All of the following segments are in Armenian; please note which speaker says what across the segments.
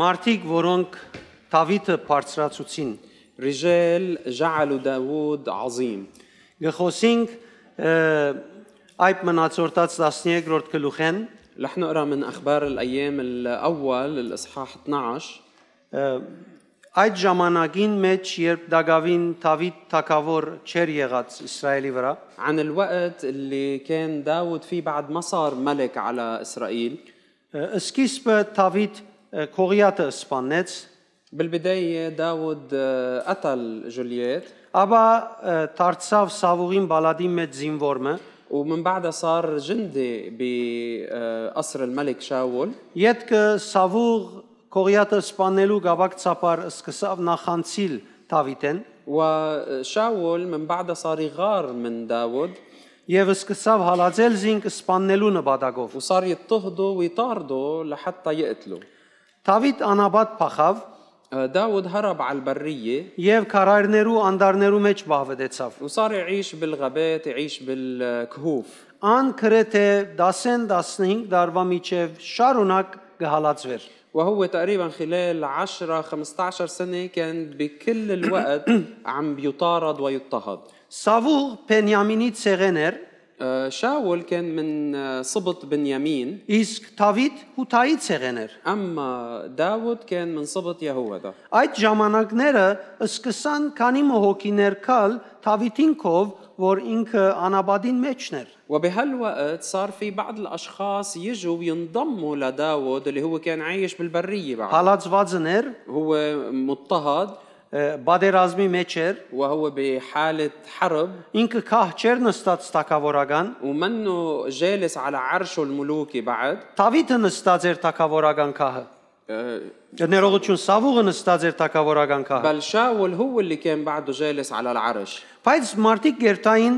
Speaker 1: Մարդիկ, որոնք Դավիթը բարձրացուցին,
Speaker 2: رجال جعلوا داوود عظيم
Speaker 1: գխոսինք ը, այդ մնացորդած 13-րդ գլուխեն
Speaker 2: رح نقرا من اخبار الايام الاول الاصحاح 12
Speaker 1: ը, այդ ժամանակին մեջ երբ Դագավին Դավիթ թակավոր չեր եղած Իսրայելի վրա
Speaker 2: عن الوقت اللي كان داود فيه بعد ما صار ملك على اسرائيل
Speaker 1: ը, սկիզբը Դավիթ ը, Քողիաթը սպանեց,
Speaker 2: بالبدايه داود آه، قتل جولييت
Speaker 1: ապա ը, դարձավ Սավուղին Բալադի մեծ զինվորը
Speaker 2: ومن بعدها صار جندي بقصر الملك شاول
Speaker 1: Յետքը Սավուղ Կորիատը սպանելու գավակցապար սկսավ նախանցիլ Դավիթեն
Speaker 2: وشاول من بعدها صار يغار من داود
Speaker 1: եւ սկսավ հալածել զինք սպանելու նպատակով։
Speaker 2: وصار يضطهده ويطارده لحتى يقتله
Speaker 1: Դավիթ անաբատ փախավ
Speaker 2: آه، داود هرب على البرية
Speaker 1: եւ քարայրներու անդարներու մեջ բավվեցավ։
Speaker 2: وصار يعيش بالغابات يعيش بالكهوف
Speaker 1: Ան քրեթե 10-15 դարվա միջև շարունակ գհալածվեր։
Speaker 2: وهو تقريبا خلال 10 15 سنة كان بكل الوقت عم بيطارد ويضطهد
Speaker 1: Սավուղ Բենյամինի ցեղեն էր,
Speaker 2: آه، شاول كان من آه، سبط بنيامين
Speaker 1: իսկ Դավիթ Հութայի ցեղեն էր։
Speaker 2: أما داود كان من سبط يهوذا
Speaker 1: Այդ ժամանակները սկսան քանի մոհոկիներ կալ Դավիթինքով, որ ինքը անաբադին մեջն էր։
Speaker 2: وبهالوقت صار في بعض الأشخاص يجوا وينضموا لداود اللي هو كان عايش بالبرية بعد
Speaker 1: Հալածվածն էր,
Speaker 2: هو مضطهد
Speaker 1: ը, բادերազմի մեջ էր,
Speaker 2: وهو بحالة حرب
Speaker 1: ինքը քահ չեր նստած թակավորական,
Speaker 2: ومنه جالس على عرشه الملوكي بعد
Speaker 1: Դավիթը նստած էր թակավորական քահը։
Speaker 2: آه،
Speaker 1: Ներողություն, Սավուղը նստած էր թակավորական քահը։
Speaker 2: بل شاول هو اللي كان بعده جالس على العرش
Speaker 1: Բայց մարդիկ գերտային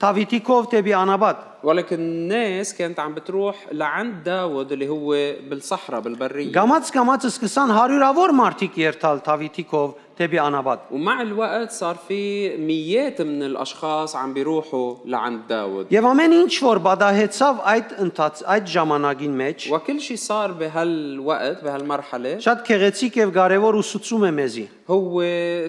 Speaker 1: Դավիթիկով դեպի անաբադ։
Speaker 2: ولكن الناس كانت عم بتروح لعند داود اللي هو بالصحراء بالبرية
Speaker 1: Գամած գամած սկսան հարյուրավոր մարդիկ երթալ Դավիթիկով դեպի անաբադ։
Speaker 2: ومع الوقت صار في ميات من الأشخاص عم بيروحوا لعند داود
Speaker 1: Եվ ամեն ինչ որ բադահեցավ այդ ընթաց այդ ժամանակին մեջ
Speaker 2: وكل شيء صار بهالوقت بهالمرحلة
Speaker 1: շատ քեղեցիկ եւ կարեւոր ուսուցում է մեզի։
Speaker 2: هو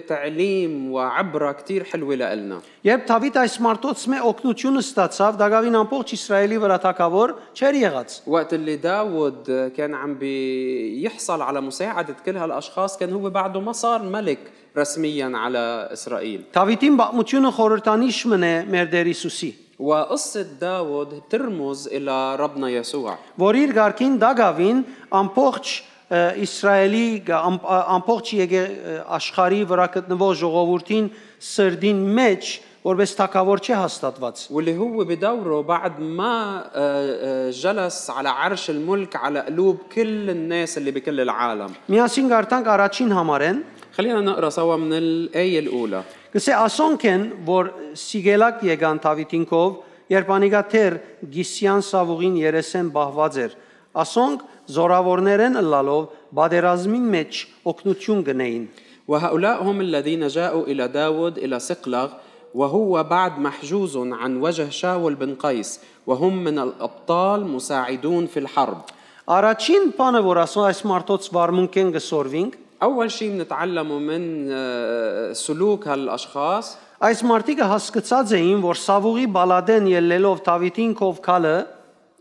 Speaker 2: تعليم وعبرة كتير حلوة لإلنا
Speaker 1: Երբ Դավիթ այս մարտոց մե օկնությունը ստացավ, Դագավին ամբողջ Իսրայելի վրա թակավոր չեր եղած։
Speaker 2: وقت اللي داود كان عم بيحصل على مساعدة كل هالأشخاص كان هو بعده ما صار ملك رسميا على إسرائيل
Speaker 1: Դավիթին բաղմությունը խորհրդանիշ մնե մեր Տեր Հիսուսի,
Speaker 2: وقصة داود بترمز إلى ربنا يسوع
Speaker 1: որ իր ղարքին Դագավին ամբողջ ը, Իսրայելի գ- ամ- ա- ամբողջ եկե ը, աշխարհի վրա գտնվող ժողովրդին սրդին մեջ որպես թակավոր չէ հաստատված։
Speaker 2: واللي هو بدوره بعد ما آه، آه، جلس على عرش الملك على قلوب كل الناس اللي بكل العالم
Speaker 1: Միասին գարտանք առաջին համարեն
Speaker 2: خلينا نقرأ سوا من الآية الأولى
Speaker 1: Գսե ասոնք են, որ Սիգելակ եկան Դավիթինքով, երբ անիգաթեր Գիսյան Սավուղին երեսեն բահված էր։ Ասոնք զորավորներեն լալով բادرազմին մեջ օկնություն գնային։
Speaker 2: وهؤلاء هم الذين جاءوا إلى داود إلى سقلغ وهو بعد محجوز عن وجه شاول بن قيس وهم من الأبطال مساعدون في الحرب
Speaker 1: Առաջին բանը, որ ասոն այս մարդոց վարմունք են գսորվինք,
Speaker 2: أول شيء بنتعلمه من آه، سلوك هالأشخاص
Speaker 1: այս մարդիկը հասկացած էին, որ Սավուղի բալադեն ելնելով Դավիթինքով քալը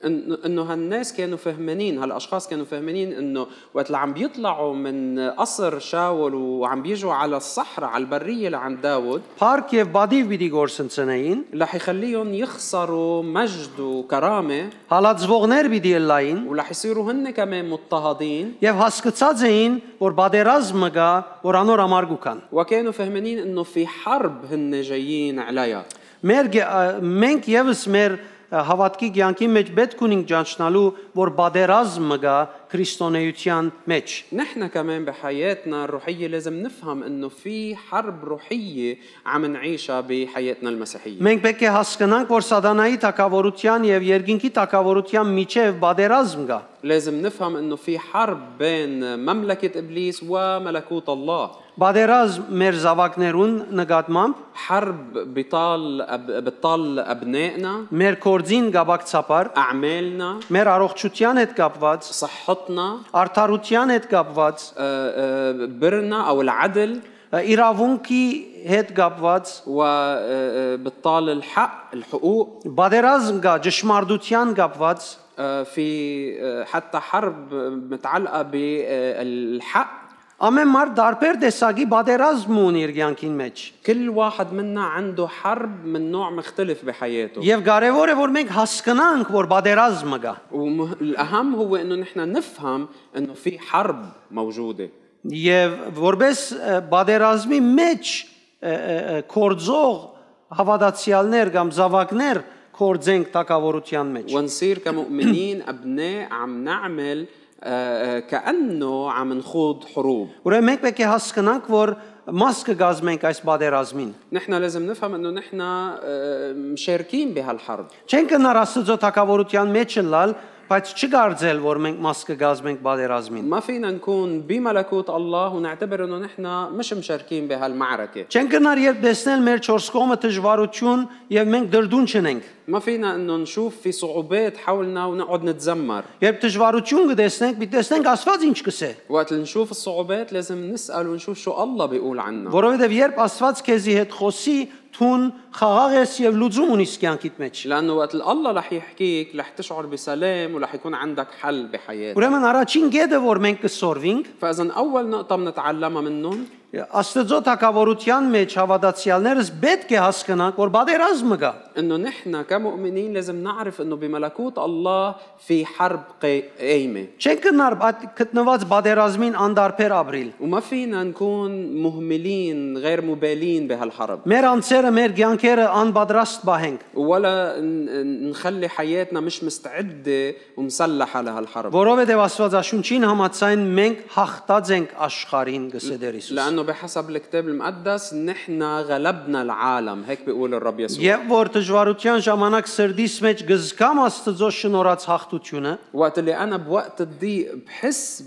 Speaker 2: إن- انه هالناس كانوا فهمانين هالاشخاص كانوا فهمانين انه وقت اللي عم بيطلعوا من قصر شاول وعم بيجوا على الصحراء على البريه لعند داود
Speaker 1: Փարք եւ բադիվ պիտի գործընծնեին,
Speaker 2: رح يخليهم يخسروا مجد وكرامه
Speaker 1: հալածվողներ պիտի լային
Speaker 2: ورح يصيروا هن كمان مضطهدين
Speaker 1: Եվ հասկացած էին, որ բادرազմը գա, որ անոր ամարգու կան։
Speaker 2: وكانوا فهمانين انه في حرب հن جايين عليها
Speaker 1: Մեր գե- ա, մենք եւս մեր ա, հավատքի ցանկի մեջ պետք ունենք ճանչնալու, որ բادرազմը գա քրիստոնեության մեջ։
Speaker 2: نحن كمان بحياتنا الروحيه لازم نفهم انه في حرب روحيه عم نعيشها بحياتنا المسيحيه
Speaker 1: Մենք պետք է հասկանանք, որ սատանայի թակավորության եւ երկինքի թակավորության միջև բادرազմ գա։
Speaker 2: لازم نفهم انه في حرب بين مملكة ابليس وملكوت الله
Speaker 1: Բادرազմ մեր զավակներուն նկատմամբ
Speaker 2: حرب بطال أب... بتطال ابنائنا
Speaker 1: մեր կորձին գաբակցապար
Speaker 2: اعمالنا
Speaker 1: մեր առողջության հետ կապված
Speaker 2: صحتنا
Speaker 1: արդարության հետ կապված
Speaker 2: آه، آه، برنا او العدل
Speaker 1: իրավունքի հետ կապված
Speaker 2: وبالطال آه، الحق الحقوق
Speaker 1: բادرազմ կա ճշմարտության կապված
Speaker 2: آه، في آه، حتى حرب آه، متعلقه بالحق
Speaker 1: ամեն մարդ տարբեր տեսակի բادرազմ ունի իր յանքին մեջ
Speaker 2: كل واحد منا عنده حرب من نوع مختلف بحياته
Speaker 1: եւ կարեւոր է որ մենք հասկանանք որ բادرազմը կա
Speaker 2: والاهم هو انه نحن نفهم انه في حرب موجوده
Speaker 1: եւ որբես ը, բادرազմի մեջ ը, ը, ը, կորձող հավատացյալներ կամ զավակներ կորձենք տակավորության մեջ
Speaker 2: ونصير كمؤمنين ابناء عم نعمل آه، آه، كانه عم نخوض حروب
Speaker 1: Ուրեմն մենք պետք է հասկանանք, որ մաս կգազմենք այս բادرազմին։
Speaker 2: نحن لازم نفهم انه نحن آه، مشاركين بهالحرب
Speaker 1: Չենք հնար Աստծո թակավորության մեջ լալ, բայց չգարձել, որ մենք մաս կգազմենք բادرազմին։
Speaker 2: ما فينا نكون بملكوت الله ونعتبر انه نحن مش مشاركين بهالمعركه
Speaker 1: Չենք հնար երբ տեսնել մեր 4 կողմը դժվարություն եւ մենք դրդուն չենք։
Speaker 2: ما فينا انه نشوف في صعوبات حولنا ونقعد نتذمر
Speaker 1: Երբ դժվարություն կտեսնենք, մի տեսնենք Աստված ինչ կսե։
Speaker 2: وقت اللي نشوف الصعوبات لازم نسأل ونشوف شو الله بيقول عنا
Speaker 1: Որովհետեւ երբ Աստված քեզի հետ խոսի, թուն խաղաղ ես եւ լուծում ունիս կյանքիդ մեջ։
Speaker 2: لأنه وقت اللي الله رح يحكيك رح تشعر بسلام ورح يكون عندك حل بحياتك
Speaker 1: Ուրեմն առաջին գեդը, որ մենք կսորվենք,
Speaker 2: فإذا أول نقطة بنتعلمها منهم
Speaker 1: Աստծո թակավորության մեջ հավատացյալներս պետք է հասկանանք, որ բادرազմը կա։
Speaker 2: إنه نحن كمؤمنين لازم نعرف إنه بملكوت الله في حرب قا- قايمة
Speaker 1: Չենք նար այդ գտնված բادرազմին անդարբեր ապրիլ։
Speaker 2: وما فينا نكون مهملين غير مبالين بهالحرب
Speaker 1: Մեր անձերը, մեր ցանկերը անպատրաստ բահենք,
Speaker 2: ولا ن- نخلي حياتنا مش مستعدة ومسلحة لهالحرب
Speaker 1: որովհետև Աստվածաշունչին համաձայն մենք հաղթած ենք աշխարհին, գսե Տեր Հիսուս։
Speaker 2: لانه بحسب الكتاب المقدس نحن غلبنا العالم هيك بيقول الرب يسوع
Speaker 1: Եվ որ դժվարության ժամանակ սրդիս մեջ գզկամ Աստծո շնորհած հաղթությունը,
Speaker 2: وقت اللي انا بوقت الضيق بحس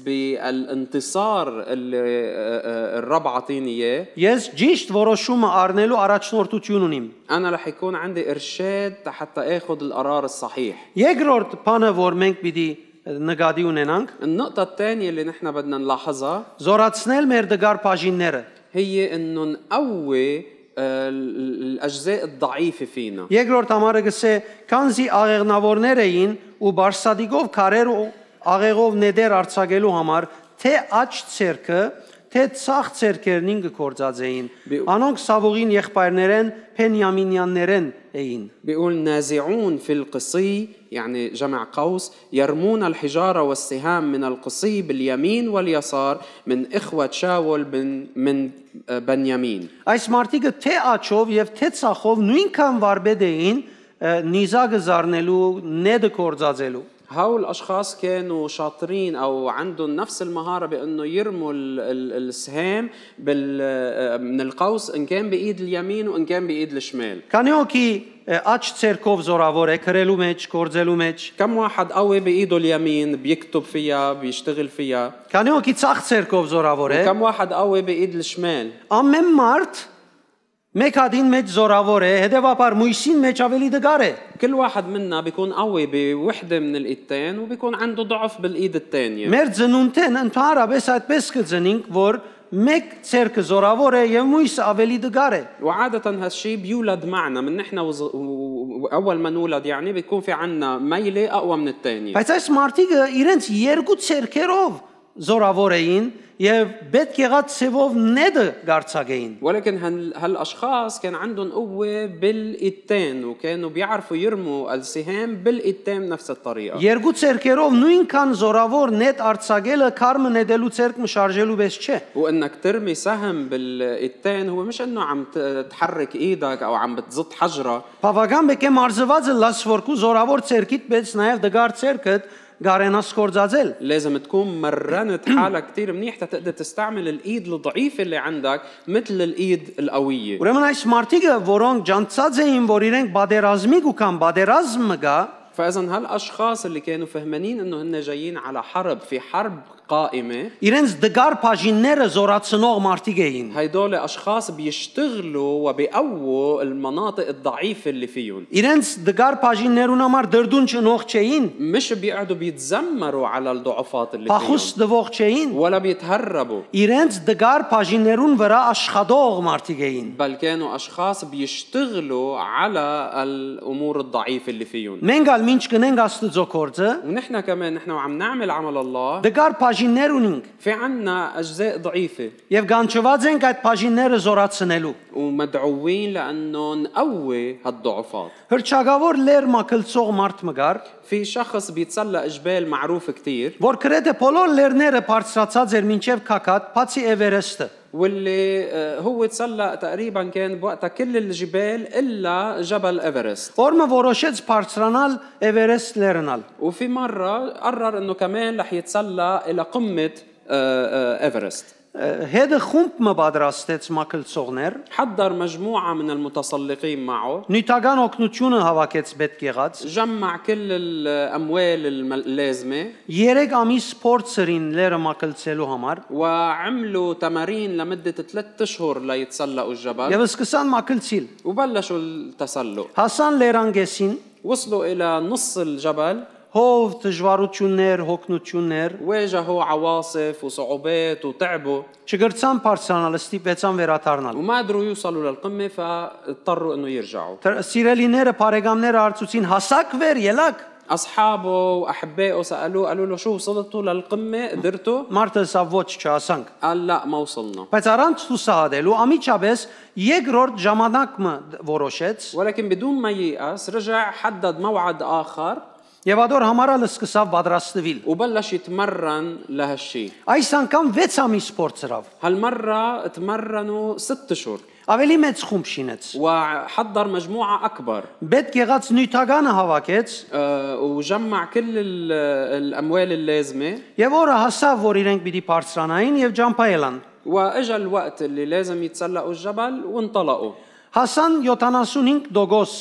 Speaker 2: بالانتصار اللي آه، آه، الرب عطيني اياه
Speaker 1: ես ճիշտ որոշումը առնելու առաջնորդություն ունիմ։
Speaker 2: انا رح يكون عندي ارشاد حتى اخذ القرار الصحيح
Speaker 1: Երկրորդ բանը, որ մենք պիտի նկատի ունենանք,
Speaker 2: النقطة الثانية اللي نحن بدنا نلاحظها
Speaker 1: զորացնել մեր դգար բաժինները։
Speaker 2: هي انه نقوي آه، ال- الاجزاء الضعيفة فينا
Speaker 1: Երկրորդ համարը գսե, քանզի աղեղնավորներ էին ու բարսադիկով քարեր ու աղեղով ներ արցակելու համար, թե աճ ցերկը, թե ցախ ցերկերն ինքը կործած էին։ Անոնք Սավուղին եղբայրներեն, Փենյամինյաններեն էին։
Speaker 2: بيقول نازعون في القصي يعني جمع قوس يرمون الحجارة والسهام من القصي باليمين واليسار من إخوة شاول من, من آه، بنيامين
Speaker 1: Այս մարտիկը թե աճով եւ թե ցախով նույնքան վարբեդ էին ը, նիզակը զառնելու, նեդը կործածելու։
Speaker 2: هؤلاء الأشخاص كانوا شاطرين أو عندهم نفس المهارة بأنه يرموا ال- ال- السهام بال- من القوس إن كان بإيد اليمين وإن كان بإيد الشمال
Speaker 1: Քանի օքի աճ ցերկով զորավոր է քրելու մեջ, կործելու մեջ։
Speaker 2: كم واحد قوي بإيده اليمين بيكتب فيها بيشتغل فيها
Speaker 1: Քանի օքի ցախ ցերկով զորավոր է։
Speaker 2: كم واحد قوي بإيد الشمال
Speaker 1: Ամեն մարդ մեկ հատին մեջ զորավոր է, հետևաբար մույսին մեջ ավելի դգար է։
Speaker 2: كل واحد منا بيكون قوي بوحدة من الإيدتين وبيكون عنده ضعف بالإيد الثانية
Speaker 1: Մեր ծնունդեն ընդհանրապես այդպես կծնենք, որ մեկ ցերկը զորավոր է եւ մույսը ավելի դգար է։
Speaker 2: وعادة هالشي بيولد معنا من نحن وز... و- و- أول ما نولد يعني بيكون في عنا ميلة أقوى من الثانية
Speaker 1: Բայց այս մարդիկը իրենց երկու ցերկերով զորավոր էին եւ պետք եղած ցևով նեդը գարցակային։
Speaker 2: ولكن هال... هالأشخاص كان عندهم قوة بالإيدتين وكانوا بيعرفوا يرموا السهام بالإيدتين نفس الطريقة
Speaker 1: Երկու ցերկերով նույնքան զորավոր նետ արցակելը կարմը նետելու ցերկ մշարժելու պես չէ։
Speaker 2: وانك ترمي سهم بالايدتين هو مش انه عم ت- تحرك ايدك او عم بتزط حجره
Speaker 1: Բավական պետք է մարզվածը լաս որքու զորավոր ցերկիտ պես նաև դգար ցերկդ գարենաս կործածել։
Speaker 2: لازم تكون مرنت حالك كتير منيح تقدر تستعمل الايد الضعيفه اللي عندك مثل الايد القويه
Speaker 1: Ուրեմն այս մարդիկը, որոնք ջանցած էին, որ իրենք բادرազմի կան, բادرազմը կա,
Speaker 2: فاذا هالاشخاص اللي كانوا فهمانين انه هن جايين على حرب في حرب قائمة
Speaker 1: Իրենց դգար բաժինները զորացնող մարդիկ էին։
Speaker 2: هيدول أشخاص بيشتغلوا وبيقووا المناطق الضعيفة اللي فيهم
Speaker 1: Իրենց դգար բաժիններուն համար դրդուն չնող չէին,
Speaker 2: مش بيقعدوا بيتذمروا على الضعفات اللي
Speaker 1: փախուս
Speaker 2: فيهم
Speaker 1: դվող չէին։
Speaker 2: ولا بيتهربوا
Speaker 1: Իրենց դգար բաժիններուն վրա աշխատող մարդիկ էին։
Speaker 2: بل كانوا أشخاص بيشتغلوا على الأمور الضعيفة اللي فيهم
Speaker 1: Մենք ալ ինչ կնենք Աստծո գործը,
Speaker 2: ونحن كمان نحن وعم نعمل عمل الله
Speaker 1: դգար բաժիններ ունենք
Speaker 2: في عنا أجزاء ضعيفة
Speaker 1: եւ գանչված ենք այդ բաժինները զորացնելու։
Speaker 2: ومدعوين لأنه نقوي هالضعفات
Speaker 1: Հրճագավոր լերմա կլցող մարդ մգար,
Speaker 2: في شخص بيتسلق جبال معروف كتير
Speaker 1: որ գրեթե բոլոր լերները բարձրացած էր մինչև Քաքատ, բացի Էվերեստը։
Speaker 2: واللي آه، هو تسلق تقريبا كان بوقتها كل الجبال الا جبل ايفرست
Speaker 1: Օրմը որոշեց բարձրանալ Էվերեստ լեռնալ։
Speaker 2: وفي مره قرر انه كمان رح يتسلق الى قمه آه، آه، ايفرست
Speaker 1: Հետը խումբ մը պատրաստեց մակլցողներ,
Speaker 2: حضر مجموعه من المتسلقين معه
Speaker 1: նյութական օգնությունը հավաքեց պետք եղած։
Speaker 2: جمع كل الاموال الم- اللازمه
Speaker 1: 3 ամիս փորձերին լերը մակլցելու համար
Speaker 2: وعملوا تمارين لمده ثلاثة اشهر ليتسلقوا الجبل
Speaker 1: եւ սկսան մակլցիլ։
Speaker 2: وبلشوا التسلق
Speaker 1: Հասան լերանգեսին,
Speaker 2: وصلوا الى نص الجبل
Speaker 1: հով դժվարություններ, հոգնություններ,
Speaker 2: واجهوا عواصف وصعوبات وتعبوا
Speaker 1: չգրցան բարձրանալ, ստիպեցան վերաթարնալ։
Speaker 2: وما قدروا يوصلوا للقمة فاضطروا انه يرجعوا
Speaker 1: Թր- Սիրելիները, բարեկամները արծուցին հասակ վեր ելակ։
Speaker 2: اصحابه واحبائه سالوه قالوا له شو وصلتوا للقمة قدرتوا
Speaker 1: Մարտը սա ոչ չհասանք։
Speaker 2: قال لا ما وصلنا
Speaker 1: Բայց առանց հուսահատելու ամիջապես երկրորդ ժամանակը որոշեց
Speaker 2: ولكن بدون ما ييأس رجع حدد موعد آخر
Speaker 1: եւ ադոր համարալը սկսավ պատրաստվել։
Speaker 2: وبلش يتمرن لهالشيء
Speaker 1: Այս անգամ 6 ամիս փորձրավ։
Speaker 2: هالمرة تمرنوا ست اشهر
Speaker 1: Ավելի մեծ խումբ շինեց։
Speaker 2: وحضر مجموعة أكبر
Speaker 1: Պետք եղած նյութականը հավաքեց
Speaker 2: آه، وجمع كل ال- الأموال اللازمة
Speaker 1: եւ օրը հասավ, որ իրենք պիտի բարձրանային եւ ջամփայելան։
Speaker 2: وإجا الوقت اللي لازم يتسلقوا الجبل وانطلقوا
Speaker 1: Հասան 75 դոգոս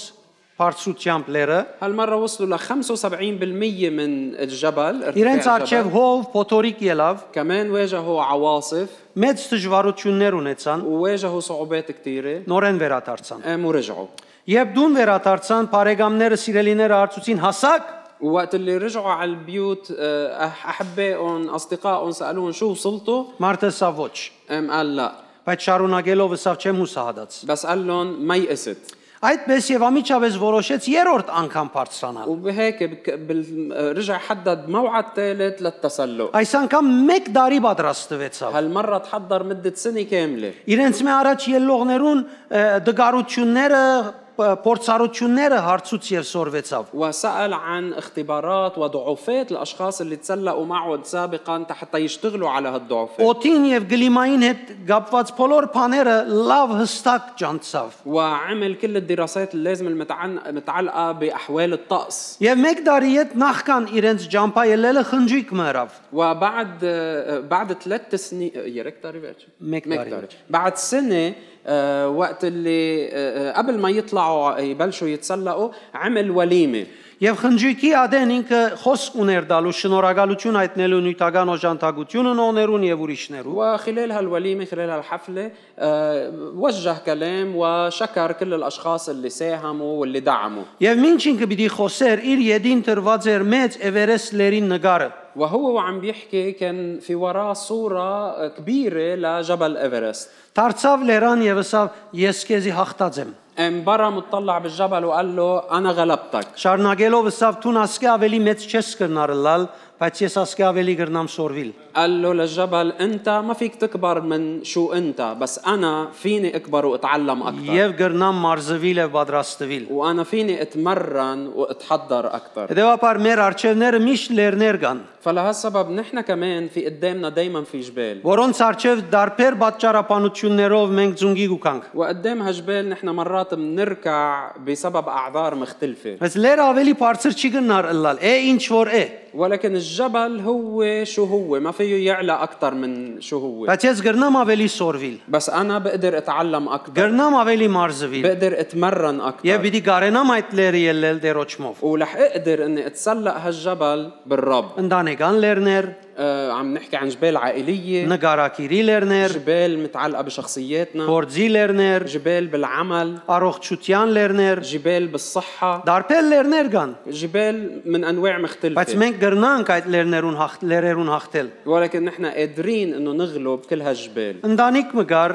Speaker 1: բարձրությամբ լերը։
Speaker 2: هالمرة وصلوا ل 75% من الجبل ارتفاع
Speaker 1: Իրենց արջև
Speaker 2: الجبل.
Speaker 1: հով փոթորիկ ելավ,
Speaker 2: كمان واجهوا عواصف
Speaker 1: մեծ դժվարություններ ունեցան,
Speaker 2: وواجهوا صعوبات كثيرة
Speaker 1: նորեն վերադարձան։
Speaker 2: قاموا ورجعوا
Speaker 1: Երբ դուն վերադարձան, բարեկամները, սիրելիները արծուցին հասակ,
Speaker 2: ووقت اللي رجعوا على البيوت آه، أح- أحبائهم أصدقائهم سألوهم شو وصلتوا
Speaker 1: Մարտը սա ոչ,
Speaker 2: قام قال لا
Speaker 1: բայց շարունակելով սա չեմ հուսահատած։
Speaker 2: بس قال لهم ما يئست
Speaker 1: Այդպես եւ ամիջապես որոշեց երրորդ անգամ բարձրանալ։
Speaker 2: وبهيك بك- بال- آه، رجع حدد موعد ثالث للتسلق
Speaker 1: Այս անգամ 1 տարի պատրաստվեցավ։
Speaker 2: هالمرة تحضر مدة سنة كاملة
Speaker 1: Իրենց մի առաջ ելողներուն ը, դգարությունները, ը, փորձառությունները հարցուց եւ սորվեցավ։
Speaker 2: وسأل عن اختبارات وضعفات الأشخاص اللي تسلقوا معه سابقا حتى يشتغلوا على هالضعفات
Speaker 1: Օդին եւ գլիմային հետ կապված բոլոր բաները լավ հստակ ճանցավ։
Speaker 2: وعمل كل الدراسات اللازمة المتعن- المتعلقة بأحوال الطقس
Speaker 1: Եվ 1 տարի հետ նախքան իրենց ջամփա ելելը խնջիկ մեռավ։
Speaker 2: وبعد آه، بعد ثلاث سنين يا ريت تعرف إيش؟
Speaker 1: ميك
Speaker 2: ميك
Speaker 1: تعرف.
Speaker 2: تعرف. بعد سنة آه، وقت اللي آه، آه، قبل ما يطلعوا يبلشوا يتسلقوا عمل وليمة
Speaker 1: Եվ խնջիկի ադեն ինքը խոսք ուներ դալու շնորհակալություն հայտնելու նյութական օժանդակությունը նոներուն եւ ուրիշներու։
Speaker 2: وخلال هالوليمة خلال هالحفلة آه، وجه كلام وشكر كل الأشخاص اللي ساهموا واللي دعموا
Speaker 1: Եվ ինչ ինքը պիտի խոսեր իր յետին տրված էր մեծ Էվերեստ լերին նկարը։
Speaker 2: وهو وعم بيحكي كان في وراه صورة كبيرة لجبل إيفرست
Speaker 1: Դարձավ լերան եւ ասավ. Ես քեզի հաղթած եմ։
Speaker 2: قام برا مطلع بالجبل وقال له أنا غلبتك
Speaker 1: Շարունակելով ասավ. Տուն ասկե ավելի մեծ չես կրնարլալ, բայց ես ասկե ավելի կրնամ սորվիլ։
Speaker 2: قال له للجبل أنت ما فيك تكبر من شو أنت بس أنا فيني أكبر وأتعلم أكثر
Speaker 1: Եվ կրնամ մարզվիլ եւ պատրաստվիլ։
Speaker 2: وأنا فيني أتمرن وأتحضر أكثر
Speaker 1: Հետևաբար մեր արջևները միշտ լերներ կան,
Speaker 2: فلهالسبب نحن كمان في قدامنا دايما في جبال
Speaker 1: որոնց արջև դարբեր պատճառաբանություններով մենք ձունգի գուքանք։
Speaker 2: وقدام هالجبال نحن مرات بنركع بسبب أعذار مختلفة
Speaker 1: Բայց լերը ավելի բարձր չի կրնարլալ։ Է ինչ որ է։
Speaker 2: ولكن الجبل هو شو هو ما فيه يعلى أكثر من شو هو
Speaker 1: Բայց ես կրնամ ավելի սորվիլ։
Speaker 2: بس أنا بقدر أتعلم أكثر
Speaker 1: Կրնամ ավելի մարզվիլ։
Speaker 2: بقدر أتمرن
Speaker 1: Եվ
Speaker 2: أكثر
Speaker 1: պիտի կարենամ այդ լերը ելնել դերոճմով։
Speaker 2: ولح أقدر أني أتسلق هالجبل بالرب
Speaker 1: Ընտանեկան լերներ,
Speaker 2: آه، عم نحكي عن جبال عائليه
Speaker 1: նկարակիրիլերներ,
Speaker 2: جبال متعلقه بشخصياتنا
Speaker 1: գործիլերներ,
Speaker 2: جبال بالعمل
Speaker 1: առողջության լերներ,
Speaker 2: جبال بالصحه
Speaker 1: դարբեր լերներ կան,
Speaker 2: جبال من انواع
Speaker 1: բայց
Speaker 2: مختلفه
Speaker 1: մենք գրնանք այդ լերներուն հաղթ լերերուն հաղթել։
Speaker 2: ولكن نحن قادرين انه نغلب كل هالجبال
Speaker 1: Ընդանիք մգար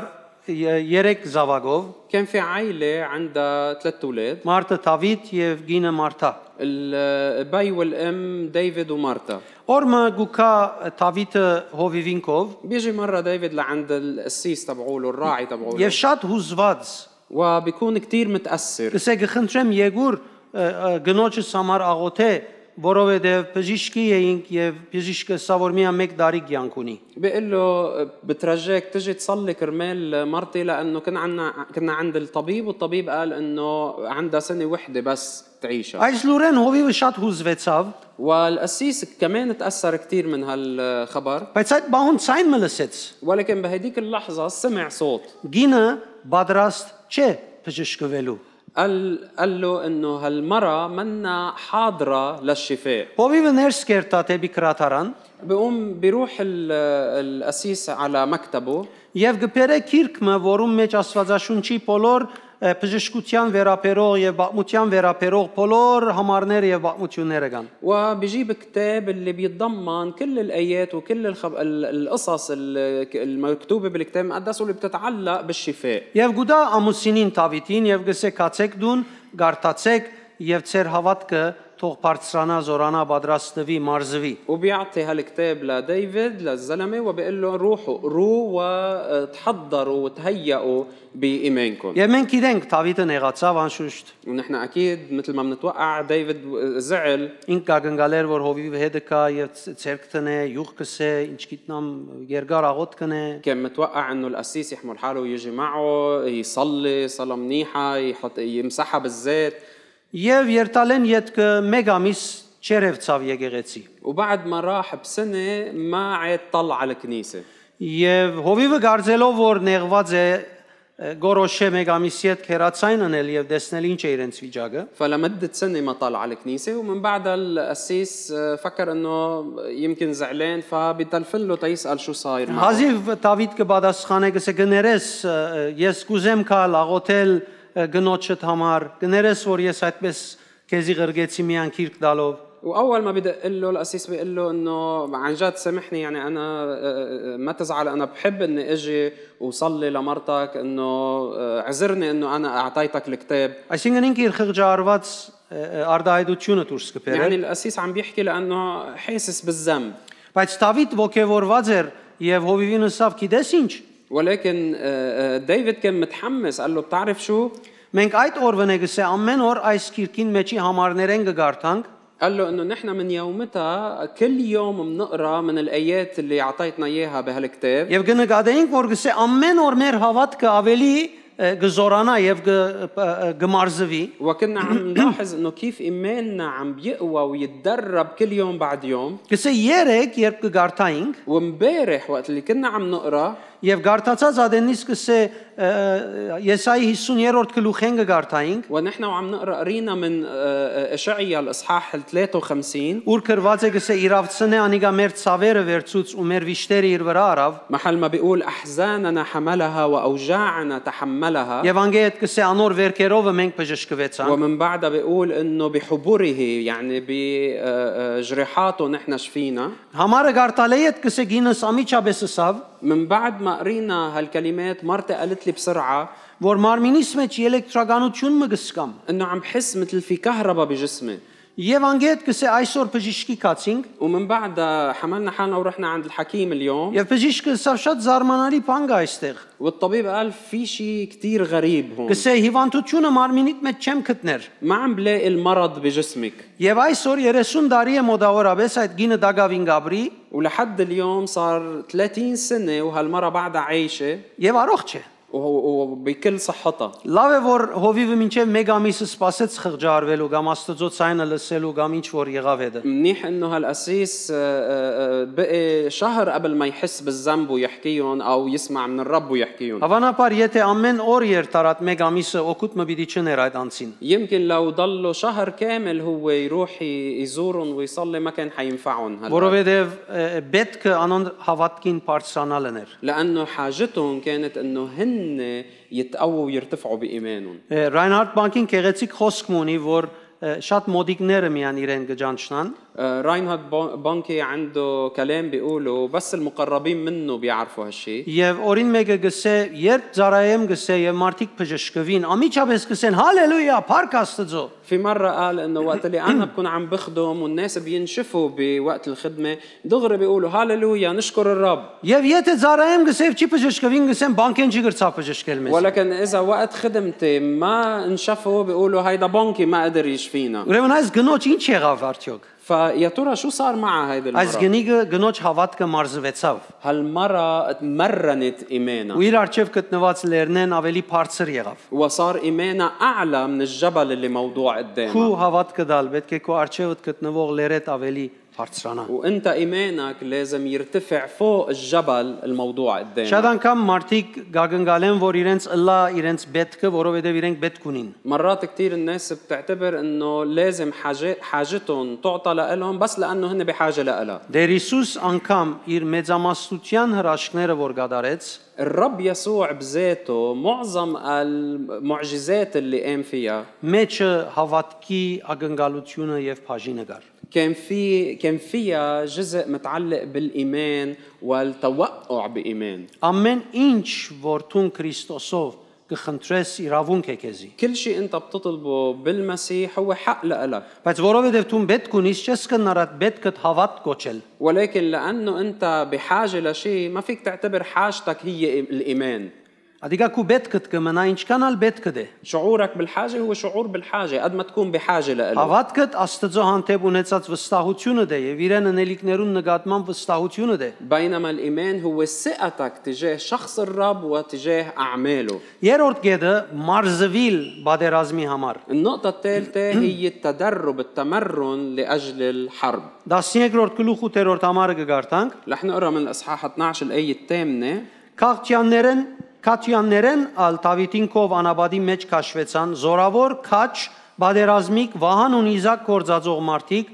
Speaker 1: 3 զավակով,
Speaker 2: كان في عائله عندها ثلاث اولاد
Speaker 1: Մարտը Դավիթ եւ Գինը Մարտա։
Speaker 2: البي والام ديفيد ومارتا
Speaker 1: Օրմը գուքա Դավիթը հովիվինկով
Speaker 2: بيجي مره ديفيد لعند القسيس تبعوله الراعي تبعوله
Speaker 1: եւ շատ հուզված
Speaker 2: وبيكون كتير متاثر
Speaker 1: Գսե գխնդրեմ Եգուր ը, ը, գնոջս համար աղոթե, որովհետև բժիշկի էինք եւ բժիշկը սա որ միա 1 տարի կյանք ունի։
Speaker 2: بقول له بترجاك تجي تصلي كرمال مرتي لانه كنا عنا كنا عند الطبيب والطبيب قال انه عندها سنه وحده بس تعيشها
Speaker 1: Այս լուրեն հովիվը շատ հուզվեցավ,
Speaker 2: والقسيس كمان تاثر كتير من هالخبر
Speaker 1: բայց այդ բան ցայն մը լսեց։
Speaker 2: ولكن بهديك اللحظه سمع صوت
Speaker 1: Գինը պատրաստ չէ բժշկվելու։
Speaker 2: قال قال له انه هالمره منا حاضره للشفاء
Speaker 1: Հովիվը ներս կերտա դեպի կրատարան
Speaker 2: بيقوم بيروح ال- القسيس على مكتبه
Speaker 1: եւ գբերե քիրքը, որում մեջ Աստվածաշունչի բոլոր ը, բժշկության վերապերող եւ բացմության վերապերող բոլոր համարները եւ բացմությունները կան։
Speaker 2: وبيجيب كتاب اللي بيتضمن كل الايات وكل الخب... ال- القصص ال- المكتوبه بالكتاب المقدس واللي بتتعلق بالشفاء
Speaker 1: Եվ գուտա ամուսինին Դավիթին եւ գսե կացեք դուն, գարտացեք եւ ծեր հավատքը թող բարձրանա, զորանա, պատրաստվի, մարզվի։
Speaker 2: وبيعطي هالكتاب لديفيد للزلمه وبيقول له روحوا اقروه وتحضروا وتهيئوا بايمانكم
Speaker 1: Եվ մենք գիտենք Դավիթը նեղացավ անշուշտ։
Speaker 2: ونحن اكيد مثل ما بنتوقع ديفيد زعل
Speaker 1: Ինք կանգնալեր որ հովիվի հետը կա եւ ցերկ տնե, յուղ կսե, ինչ գիտնամ երկար աղոտ կնե։
Speaker 2: كان متوقع انه القسيس يحمل حاله ويجي معه يصلي صلاه منيحه يحط يمسحها بالزيت
Speaker 1: Եվ երտալեն յետքը մեկ ամիս չերևցավ եկեղեցի։
Speaker 2: وبعد ما راح بسنه ما عاد طلع على الكنيسه
Speaker 1: Եվ հովիվը գարձելով որ նեղված է գորոշե մեկ ամիսի հետ քերացայն անել եւ տեսնել ինչ է իրենց վիճակը։
Speaker 2: فلمدة سنة ما طلع على الكنيسة ومن بعدها القسيس آه، فكر انه يمكن زعلان فبيتلفن له تيسأل شو صاير معه
Speaker 1: Հազիվ Դավիթ կպատասխանե գսե գներես ը, ես կուզեմ քալ աղոթել ը, գնոջդ համար գներես որ ես այդպես քեզի ղրգեցի միան քիրք դալով
Speaker 2: واول ما بدق له القسيس بيقول له انه عن جد سامحني يعني انا آه، آه، ما تزعل انا بحب اني اجي وصلي لمرتك انه آه، عذرني انه انا اعطيتك الكتاب
Speaker 1: այսինքն ինքը իր խղճարված ը, ը, արդահայտությունը դուրս
Speaker 2: يعني
Speaker 1: կբերել
Speaker 2: القسيس عم بيحكي لانه حاسس بالذنب
Speaker 1: բայց Դավիթ ողևորված էր եւ հովիվին ասավ գիտես ինչ
Speaker 2: ولكن آه، آه، ديفيد كان متحمس قال له بتعرف شو
Speaker 1: մենք այդ օրվն է գսե ամեն օր այս քիրքին մեջի համարներեն կգարտանք
Speaker 2: قال له انه نحن من يومتها كل يوم بنقرا من الايات اللي اعطيتنا اياها بهالكتاب
Speaker 1: եւ կնկատեինք որ գսե ամեն օր մեր հավատքը ավելի ը, կզորանա եւ կը- ը, ը, կմարզվի
Speaker 2: وكنا عم نلاحظ انه كيف ايماننا عم بيقوى ويتدرب كل يوم بعد يوم
Speaker 1: Գսե 3 երբ կգարտայինք
Speaker 2: وامبارح وقت اللي كنا عم نقرا
Speaker 1: եւ գարտացած ադենից գսե ը, ը, Եսայի 50-րդ գլուխեն կգարտայինք
Speaker 2: ونحن وعم نقرا قرينا من آه، آه، اشعيا الاصحاح ال 53
Speaker 1: ուր կրված է գսե իրավցնե անիկա մեր ցավերը վերցուց ու մեր վիշտերը իր վրա արավ
Speaker 2: محل ما بيقول احزاننا حملها واوجاعنا تحملها
Speaker 1: եւ անգե այդ գսե անոր վերքերովը մենք բժշկվեցանք
Speaker 2: ومن بعدها بيقول انه بحبره يعني بجريحاته نحن شفينا
Speaker 1: համարը գարտալեի այդ գսե գինս ամիջապես սավ
Speaker 2: من بعد ما قرينا هالكلمات مرتي قالت لي بسرعه
Speaker 1: որ մարմինիս մեջ էլեկտրականություն մը գսկամ
Speaker 2: انه عم بحس مثل في كهرباء بجسمي
Speaker 1: եւ անգե այդ գսե այսօր բժշկի կացինք
Speaker 2: ومن بعدها حملنا حالنا ورحنا عند الحكيم اليوم
Speaker 1: եւ բժիշկը սավ շատ զարմանալի բան կա այստեղ
Speaker 2: والطبيب قال في شيء كتير غريب هون
Speaker 1: գսե հիվանդությունը մարմինիդ մեջ չեմ գտներ
Speaker 2: ما عم بلاقي المرض بجسمك
Speaker 1: Եվ այսօր 30 տարի է մոտավորապես այդ գինը դակավին գաբրի
Speaker 2: ولحد اليوم صار 30 سنة وهالمرة بعدها عايشة
Speaker 1: եւ առողջ է։
Speaker 2: وهو- وبكل صحتها
Speaker 1: Լավ է որ հովիվը մինչև 1 ամիս սպասեց խղճարվելու կամ Աստծո ցայնը լսելու կամ ինչ որ եղավ հետը։
Speaker 2: منيح انه هالقسيس آه، آه، آه، بقي شهر قبل ما يحس بالذنب ويحكيهم او يسمع من الرب ويحكيهم
Speaker 1: Հավանաբար եթե ամեն օր երթարած 1 ամիսը օգուտ մը պիտի չներ այդ անցին։
Speaker 2: يمكن لو ضلوا شهر كامل هو يروح ي- يزورهم ويصلي ما كان حينفعهم هلا
Speaker 1: Որովհետև ը, պետք է անոն հավատքին բարձրանալն էր։
Speaker 2: لانه حاجتهم كانت انه هن يتقووا ويرتفعوا بايمانهم
Speaker 1: Ը, Ռայնհարդ Բանկին քեղեցիկ խոսք ունի, որ ը, շատ մոդիկները միան իրեն գճանչնան,
Speaker 2: آه، راينهارد بون- بانكي عنده كلام بيقوله بس المقربين منه بيعرفوا هالشيء
Speaker 1: եւ օրին մեկը գսե, երբ ծարայեմ գսե եւ մարդիկ բժշկվին, ամիջապես գսեն հալելույա, փառք Աստծո։
Speaker 2: في مرة قال انه وقت اللي انا بكون عم بخدم والناس بينشفوا بوقت الخدمة دغري بيقولوا هاللويا نشكر الرب
Speaker 1: Եվ եթե ծարայեմ գսե, չի բժշկվին գսեն, բանկեն չի գրծա բժշկել մեզ։
Speaker 2: ولكن اذا وقت خدمتي ما انشفوا بيقولوا هيدا بنكي ما قدر يشفينا
Speaker 1: Ուրեմն այս գնոջ ինչ եղավ արդյոք։
Speaker 2: فيا ترى شو صار معها هيدي
Speaker 1: Այս
Speaker 2: المرة
Speaker 1: գնիկը գնոջ հավատքը մարզվեցավ։
Speaker 2: هالمرة تمرنت ايمانها
Speaker 1: Ու իր արջև գտնված լերնեն ավելի բարձր եղավ։
Speaker 2: وصار ايمانها اعلى من الجبل اللي موضوع
Speaker 1: Քու
Speaker 2: قدامها
Speaker 1: հավատքը դալ, պետք է քո արջևդ գտնվող լերետ ավելի բարձրանա։
Speaker 2: وانت ايمانك لازم يرتفع فوق الجبل الموضوع
Speaker 1: Շատ
Speaker 2: قدامك
Speaker 1: անգամ մարդիկ գագնգալեն, որ իրենց ըլլա, իրենց պետքը, որովհետև իրենք պետք ունին։
Speaker 2: مرات كثير الناس بتعتبر انه لازم حاجة حاجتهم تعطى لهم بس لانه هن بحاجه لها
Speaker 1: Դեր Հիսուս անգամ իր մեծամասնության հրաշքները, որ գդարեց,
Speaker 2: الرب يسوع بذاته معظم المعجزات اللي قام فيها
Speaker 1: մեջը հավատքի ագնգալությունը եւ բաժինը կար։
Speaker 2: كان في كان فيها جزء متعلق بالايمان والتوقع بايمان
Speaker 1: Ամեն ինչ, որ ցուն Քրիստոսով կխնդրես, իրավունք է քեզի։
Speaker 2: كل شيء انت بتطلبه بالمسيح هو حق لك
Speaker 1: Բայց որովհետև ցուն պետք ունիս, չես կնարած պետքդ հավատ կոչել։
Speaker 2: ولكن لانه انت بحاجه لشيء ما فيك تعتبر حاجتك هي الايمان
Speaker 1: Ադիկա քու պետքդ կմնա, ինչքանալ պետքդ է։
Speaker 2: شعورك بالحاجه هو شعور بالحاجه قد ما تكون بحاجه له
Speaker 1: Հավատքդ Աստծո հանդեպ ունեցած վստահությունը դե եւ իրեն ընելիքներուն նկատմամբ վստահությունը դե։
Speaker 2: بينما الإيمان هو ثقتك تجاه شخص الرب وتجاه أعماله
Speaker 1: Երրորդ գեդը մարզվիլ բادرազմի համար։
Speaker 2: النقطة الثالثة هي التدرب التمرن لأجل الحرب
Speaker 1: 13-րդ գլուխ 8-րդ համարը կգարտանք։
Speaker 2: رح نقرا من الإصحاح 12 الآية الثامنة
Speaker 1: Քաղտյաններեն Քաթյաններեն ալ Դավիթինկով անաբադի մեջ քաշվեցան զորավոր քաչ բادرազմիկ Վահան ու Իզակ գործածող մարդիկ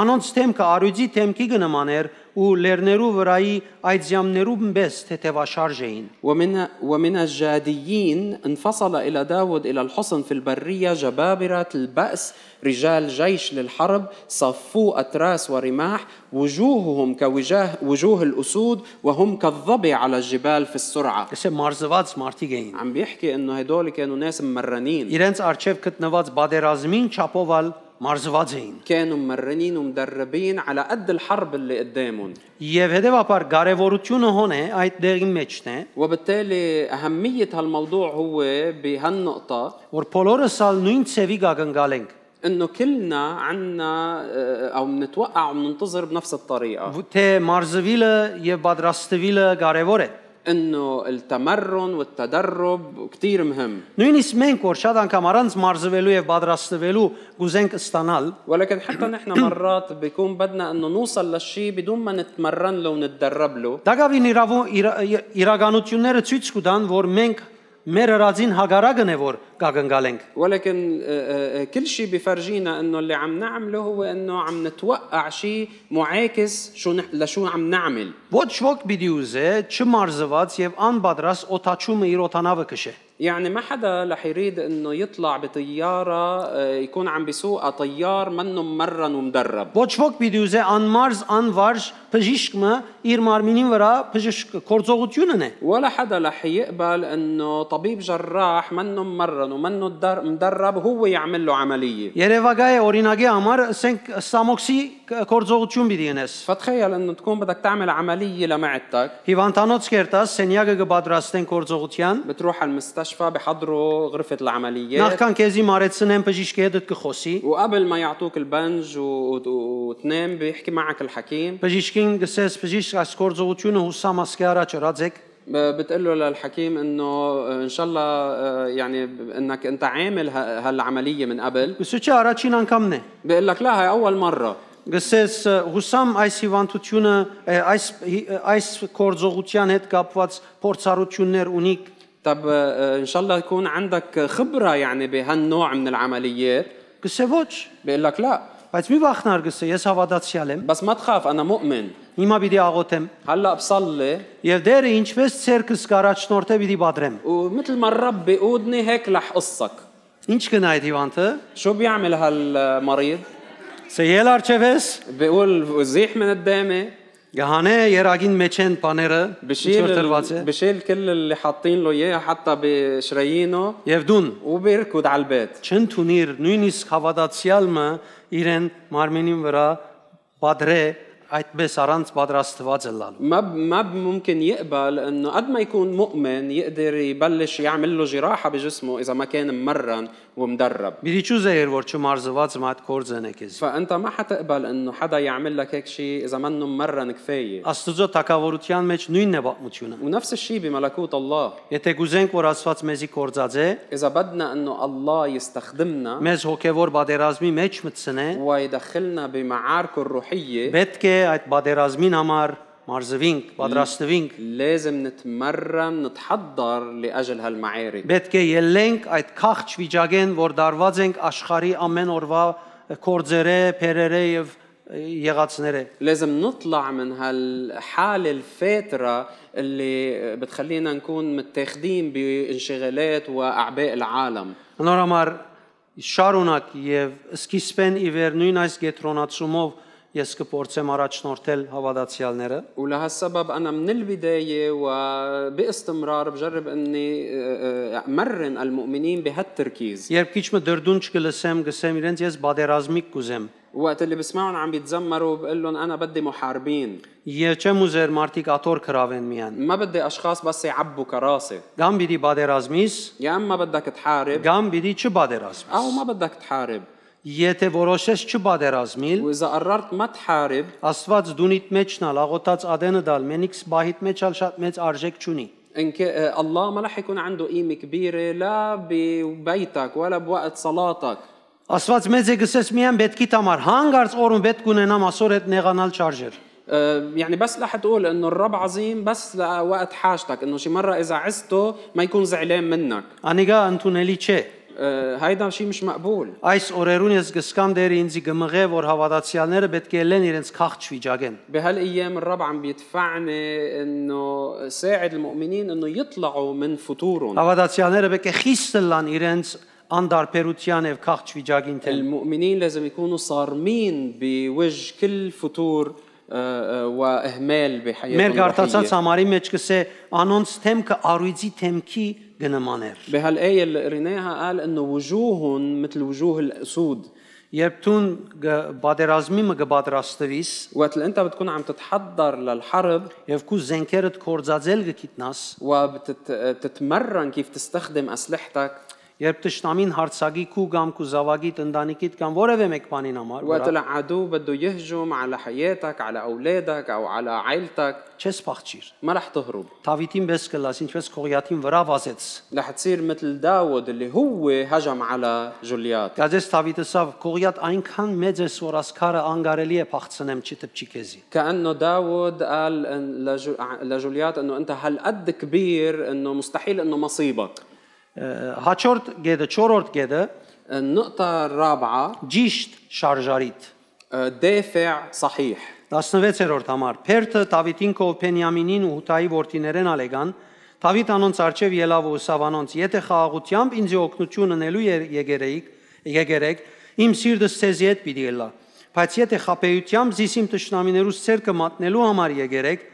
Speaker 1: անոնց թեմքը արույցի թեմքի կնման էր ու լերներու վրայի այդ ժամներու մբես թեթևաշարժ էին։
Speaker 2: ومن ومن الجاديين انفصل إلى داود إلى الحصن في البرية جبابرة البأس رجال جيش للحرب صفوا أتراس ورماح وجوههم كوجاه وجوه الأسود وهم كالظبي على الجبال في السرعة
Speaker 1: Գսե մարզված մարդիկ էին։
Speaker 2: عم بيحكي انه هدول كانوا ناس ممرنين
Speaker 1: իրենց արջև գտնված բادرազմին չափովալ մարզված էին
Speaker 2: كانوا ممرنين ومدربين على قد الحرب اللي قدامهم
Speaker 1: եւ հետեւաբար կարեւորությունը հոն է այդ դերի մեջն է
Speaker 2: وبالتالي أهمية هالموضوع هو بهالنقطة
Speaker 1: որ բոլորս ալ նույն ցևի գագնգալենք
Speaker 2: انه كلنا عنا آه، او بنتوقع وبننتظر بنفس الطريقة
Speaker 1: վ- թե մարզվիլը եւ պատրաստվիլը կարեւոր է
Speaker 2: انه التمرن والتدرب كتير مهم
Speaker 1: նույնիսկ մենք որ շատ անգամ առանց մարզվելու եւ պատրաստվելու գուզենք ստանալ
Speaker 2: ولكن حتى نحن مرات بيكون بدنا انه نوصل للشيء بدون ما نتمرن له ونتدرب له
Speaker 1: դակավին իրավու իրա- ի- իրականությունները ցույց կտան որ մենք մեր հրածին հագարակն է որ գագնգալենք
Speaker 2: ولكن آه، آه، كل شيء بفرجينا انه اللي عم نعمله هو انه عم نتوقع شيء معاكس شو نح... لشو عم نعمل
Speaker 1: ոչ ոք պիտի ուզե չմարզված եւ անպատրաստ օթաչումը իր օտանավը քշե
Speaker 2: يعني ما حدا رح يريد انه يطلع بطياره آه، يكون عم بيسوقها طيار منه ممرن ومدرب
Speaker 1: Ոչ ոք պիտի ուզե անմարզ անվարժ բժիշկը իր մարմինին վրա բժիշկ կործողությունն է։
Speaker 2: ولا حدا رح يقبل انه طبيب جراح منه ممرن ومنه در- مدرب هو يعمل له عمليه
Speaker 1: Երևակայ օրինակի համար ասենք սամոքսի կ- կործողություն պիտի ունես։
Speaker 2: فتخيل انه تكون بدك تعمل عمليه لمعدتك
Speaker 1: Հիվանդանոց կերտաս սենյակը կպատրաստեն կործողության։
Speaker 2: بتروح على المستشفى بحضروا غرفه العمليات
Speaker 1: Նախքան քեզի մարեցնեն բժիշկի հետ կխոսի,
Speaker 2: وقبل ما يعطوك البنج و- وت- وتنام بيحكي معك الحكيم
Speaker 1: բժիշկին գսես բժիշկ այս կործողությունը հուսամասկի առաջ ըրացեք։
Speaker 2: بتقول له للحكيم انه ان شاء الله آه، يعني انك انت عامل ه- هالعمليه من قبل
Speaker 1: Գսուչը առաջին անգամն է։
Speaker 2: بيقول لك لا هاي اول مره
Speaker 1: Գսես ը, հուսամ այս հիվանդությունը ը, այս հի- այս կորձողության հետ կապված փորձառություններ ունի։
Speaker 2: طب آه، ان شاء الله يكون عندك خبره يعني بهالنوع من العمليات
Speaker 1: Գսե ոչ,
Speaker 2: بيقول لك لا
Speaker 1: բայց մի վախնար գսե, ես հավատացյալ եմ։
Speaker 2: بس ما تخاف انا مؤمن
Speaker 1: Հիմա պիտի աղոթեմ։
Speaker 2: هلا بصلي
Speaker 1: Եվ դերը ինչպես ցերկս կարաչնորթե պիտի բادرեմ։
Speaker 2: ومثل ما الرب بيقودني هيك رح قصك
Speaker 1: Ինչ կնա այդ հիվանդը։
Speaker 2: شو بيعمل هالمريض
Speaker 1: Սեյել արջևես
Speaker 2: بيقول زيح من قدامي
Speaker 1: գահանե երագին մեջ են բաները,
Speaker 2: بشيل
Speaker 1: ինչ որ
Speaker 2: ال-
Speaker 1: տրված է։
Speaker 2: بشيل كل اللي حاطين له اياه حتى بشرايينه
Speaker 1: Եվ դուն
Speaker 2: وبيركض على البيت
Speaker 1: չընդունիր նույնիսկ հավատացյալը իրեն մարմինին վրա բادرե այդպես առանց պատրաստվածը լալու։
Speaker 2: ما ب- ما ب- ممكن يقبل انه قد ما يكون مؤمن يقدر يبلش يعمل له جراحه بجسمه اذا ما كان ممرن ومدرب
Speaker 1: Մի ճուզեիր որ չմարզված մատ կորձեն է քեզ։
Speaker 2: فانت ما حتقبل انه حدا يعمل لك هيك شيء اذا منه ممرن كفايه
Speaker 1: Աստուծո թակավորության մեջ նույնն է պատմությունը։
Speaker 2: ونفس الشيء بملكوت الله
Speaker 1: Եթե գուզենք որ Աստված մեզի կորձած է,
Speaker 2: اذا بدنا انه الله يستخدمنا
Speaker 1: մեզ հոգևոր պատերազմի մեջ մտցնե,
Speaker 2: ويدخلنا بمعاركه الروحيه
Speaker 1: Պետք է այդ պատերազմին համար մարզվինք, պատրաստվինք։
Speaker 2: لازم نتمرن نتحضر لاجل هالمعارك
Speaker 1: Պետք է ելենք այդ քաղճ վիճակեն, որ դարված ենք աշխարի ամեն օրվա կորձերը, փերերը եւ եղածները։
Speaker 2: لازم نطلع من هالحالة الفاترة اللي بتخلينا نكون متاخدين بانشغالات وأعباء العالم
Speaker 1: Անոր համար շարունակ եւ սկիզբեն ի վեր նույն այս գետրոնացումով ես կփորձեմ առաջնորդել հավատացյալները։
Speaker 2: ولهالسبب أنا من البداية وباستمرار بجرب أني آه، آه، أمرن المؤمنين بهالتركيز
Speaker 1: Երբ քիչ մը դրդուն չկլսեմ, գսեմ իրենց ես պատերազմիկ կուզեմ։
Speaker 2: وقت اللي بسمعهم عم بيتذمروا بقول لهم أنا بدي محاربين
Speaker 1: Եվ չեմ ուզեր մարդիկ աթոր կրավեն միան։
Speaker 2: ما بدي أشخاص بس يعبوا كراسي
Speaker 1: Գամ բիդի պատերազմիս,
Speaker 2: يا إما بدك تحارب
Speaker 1: գամ բիդի չպատերազմիս։
Speaker 2: أو ما بدك تحارب
Speaker 1: Եթե որոշես չբادرազմիլ,
Speaker 2: وإذا قررت ما تحارب
Speaker 1: Աստված դունիդ մեջնալ աղոթած ադենը դալ, մենիքս բահիդ մեջալ շատ մեծ արժեք չունի։
Speaker 2: ان ك... آه، الله ما رح يكون عنده قيمه كبيره لا ببيتك ولا بوقت صلاتك
Speaker 1: Աստված մեծ է գսես միայն պետքի համար, հանգարց օրում պետք ունենամ ասոր հետ նեղանալ չարժեր։
Speaker 2: آه، يعني بس رح تقول انه الرب عظيم بس لوقت حاجتك انه شي مره اذا عزته ما يكون زعلان منك
Speaker 1: Անիգա ընդունելի չէ։
Speaker 2: آه، هيدا شيء مش مقبول
Speaker 1: Այս օրերուն ես գսկամ դերը ինձի գմղե, որ հավատացյալները պետք է լեն իրենց քաղճ վիճակեն։
Speaker 2: بهالايام الرب عم بيدفعني انه ساعد المؤمنين انه يطلعوا من فتورهم
Speaker 1: Հավատացյալները պետք է խիստ լան իրենց անդարբերության եւ քաղճ վիճակին թել։
Speaker 2: المؤمنين لازم يكونوا صارمين بوجه كل فتور آه، آه، واهمال
Speaker 1: Մեր
Speaker 2: بحياتهم الروحية.
Speaker 1: գարտացած համարի մեջ գսե անոնց թեմքը առույցի թեմքի գնման էր։
Speaker 2: بهالآية اللي قريناها قال إنه وجوههم مثل وجوه الأسود
Speaker 1: Երբ դուն բادرազմի մը գបادرաստվիս
Speaker 2: وقت اللي أنت بتكون عم تتحضر للحرب
Speaker 1: եւ քու զենքերդ կորձածել գիտնաս,
Speaker 2: وبتتمرن كيف تستخدم أسلحتك
Speaker 1: երբ ճշտամին հարցագի քու կամ քու զավագի տնտանիքիդ կամ որևէ մեկ բանին համար,
Speaker 2: وقت
Speaker 1: որ
Speaker 2: اللي العدو بده يهجم على حياتك على أولادك أو على عائلتك
Speaker 1: չես փախչիր։
Speaker 2: ما رح تهرب
Speaker 1: Դավիթին բես կլաս, ինչպես Խողիաթին վրա վազեց։
Speaker 2: رح تصير مثل داود اللي هو هجم على جوليات
Speaker 1: Գազես Դավիթը սավ Խողիաթ այնքան մեծ է, որ ասքարը անգարելի է փախցնեմ չտպչի քեզի։
Speaker 2: كأنه داود قال إن لجو- ع- لجوليات إنه أنت هالقد كبير إنه مستحيل إنه مصيبك
Speaker 1: Ը, Հաջորդ գեդը, 4-րդ գեդը
Speaker 2: النقطة الرابعة آه،
Speaker 1: ճիշտ շարժարիտ։
Speaker 2: دافع صحيح
Speaker 1: 16-րդ համար Փերթը Դավիթին կով Փենիամինին ու Հութայի որդիներեն ալեգան Դավիթ անոնց արչև ելավ ու Սավանոնց եթե խաղաղությամբ ինձ օգնություն ունելու եր- եկերեիք եկերեք իմ սիրտը ցեզի հետ պիտի ելա բայց եթե խապեյությամբ զիս իմ ճշնամիներուս ցերկը մատնելու համար եկերեք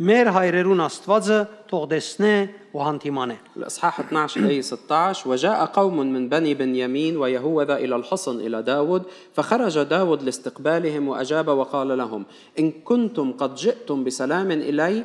Speaker 1: մեր հայրերուն Աստվածը թող դեսնե ու հանդիմանե
Speaker 2: الإصحاح 12 آية 16 وجاء قوم من بني بنيامين ويهوذا إلى الحصن إلى داود فخرج داود لاستقبالهم وأجاب وقال لهم إن كنتم قد جئتم بسلام إلي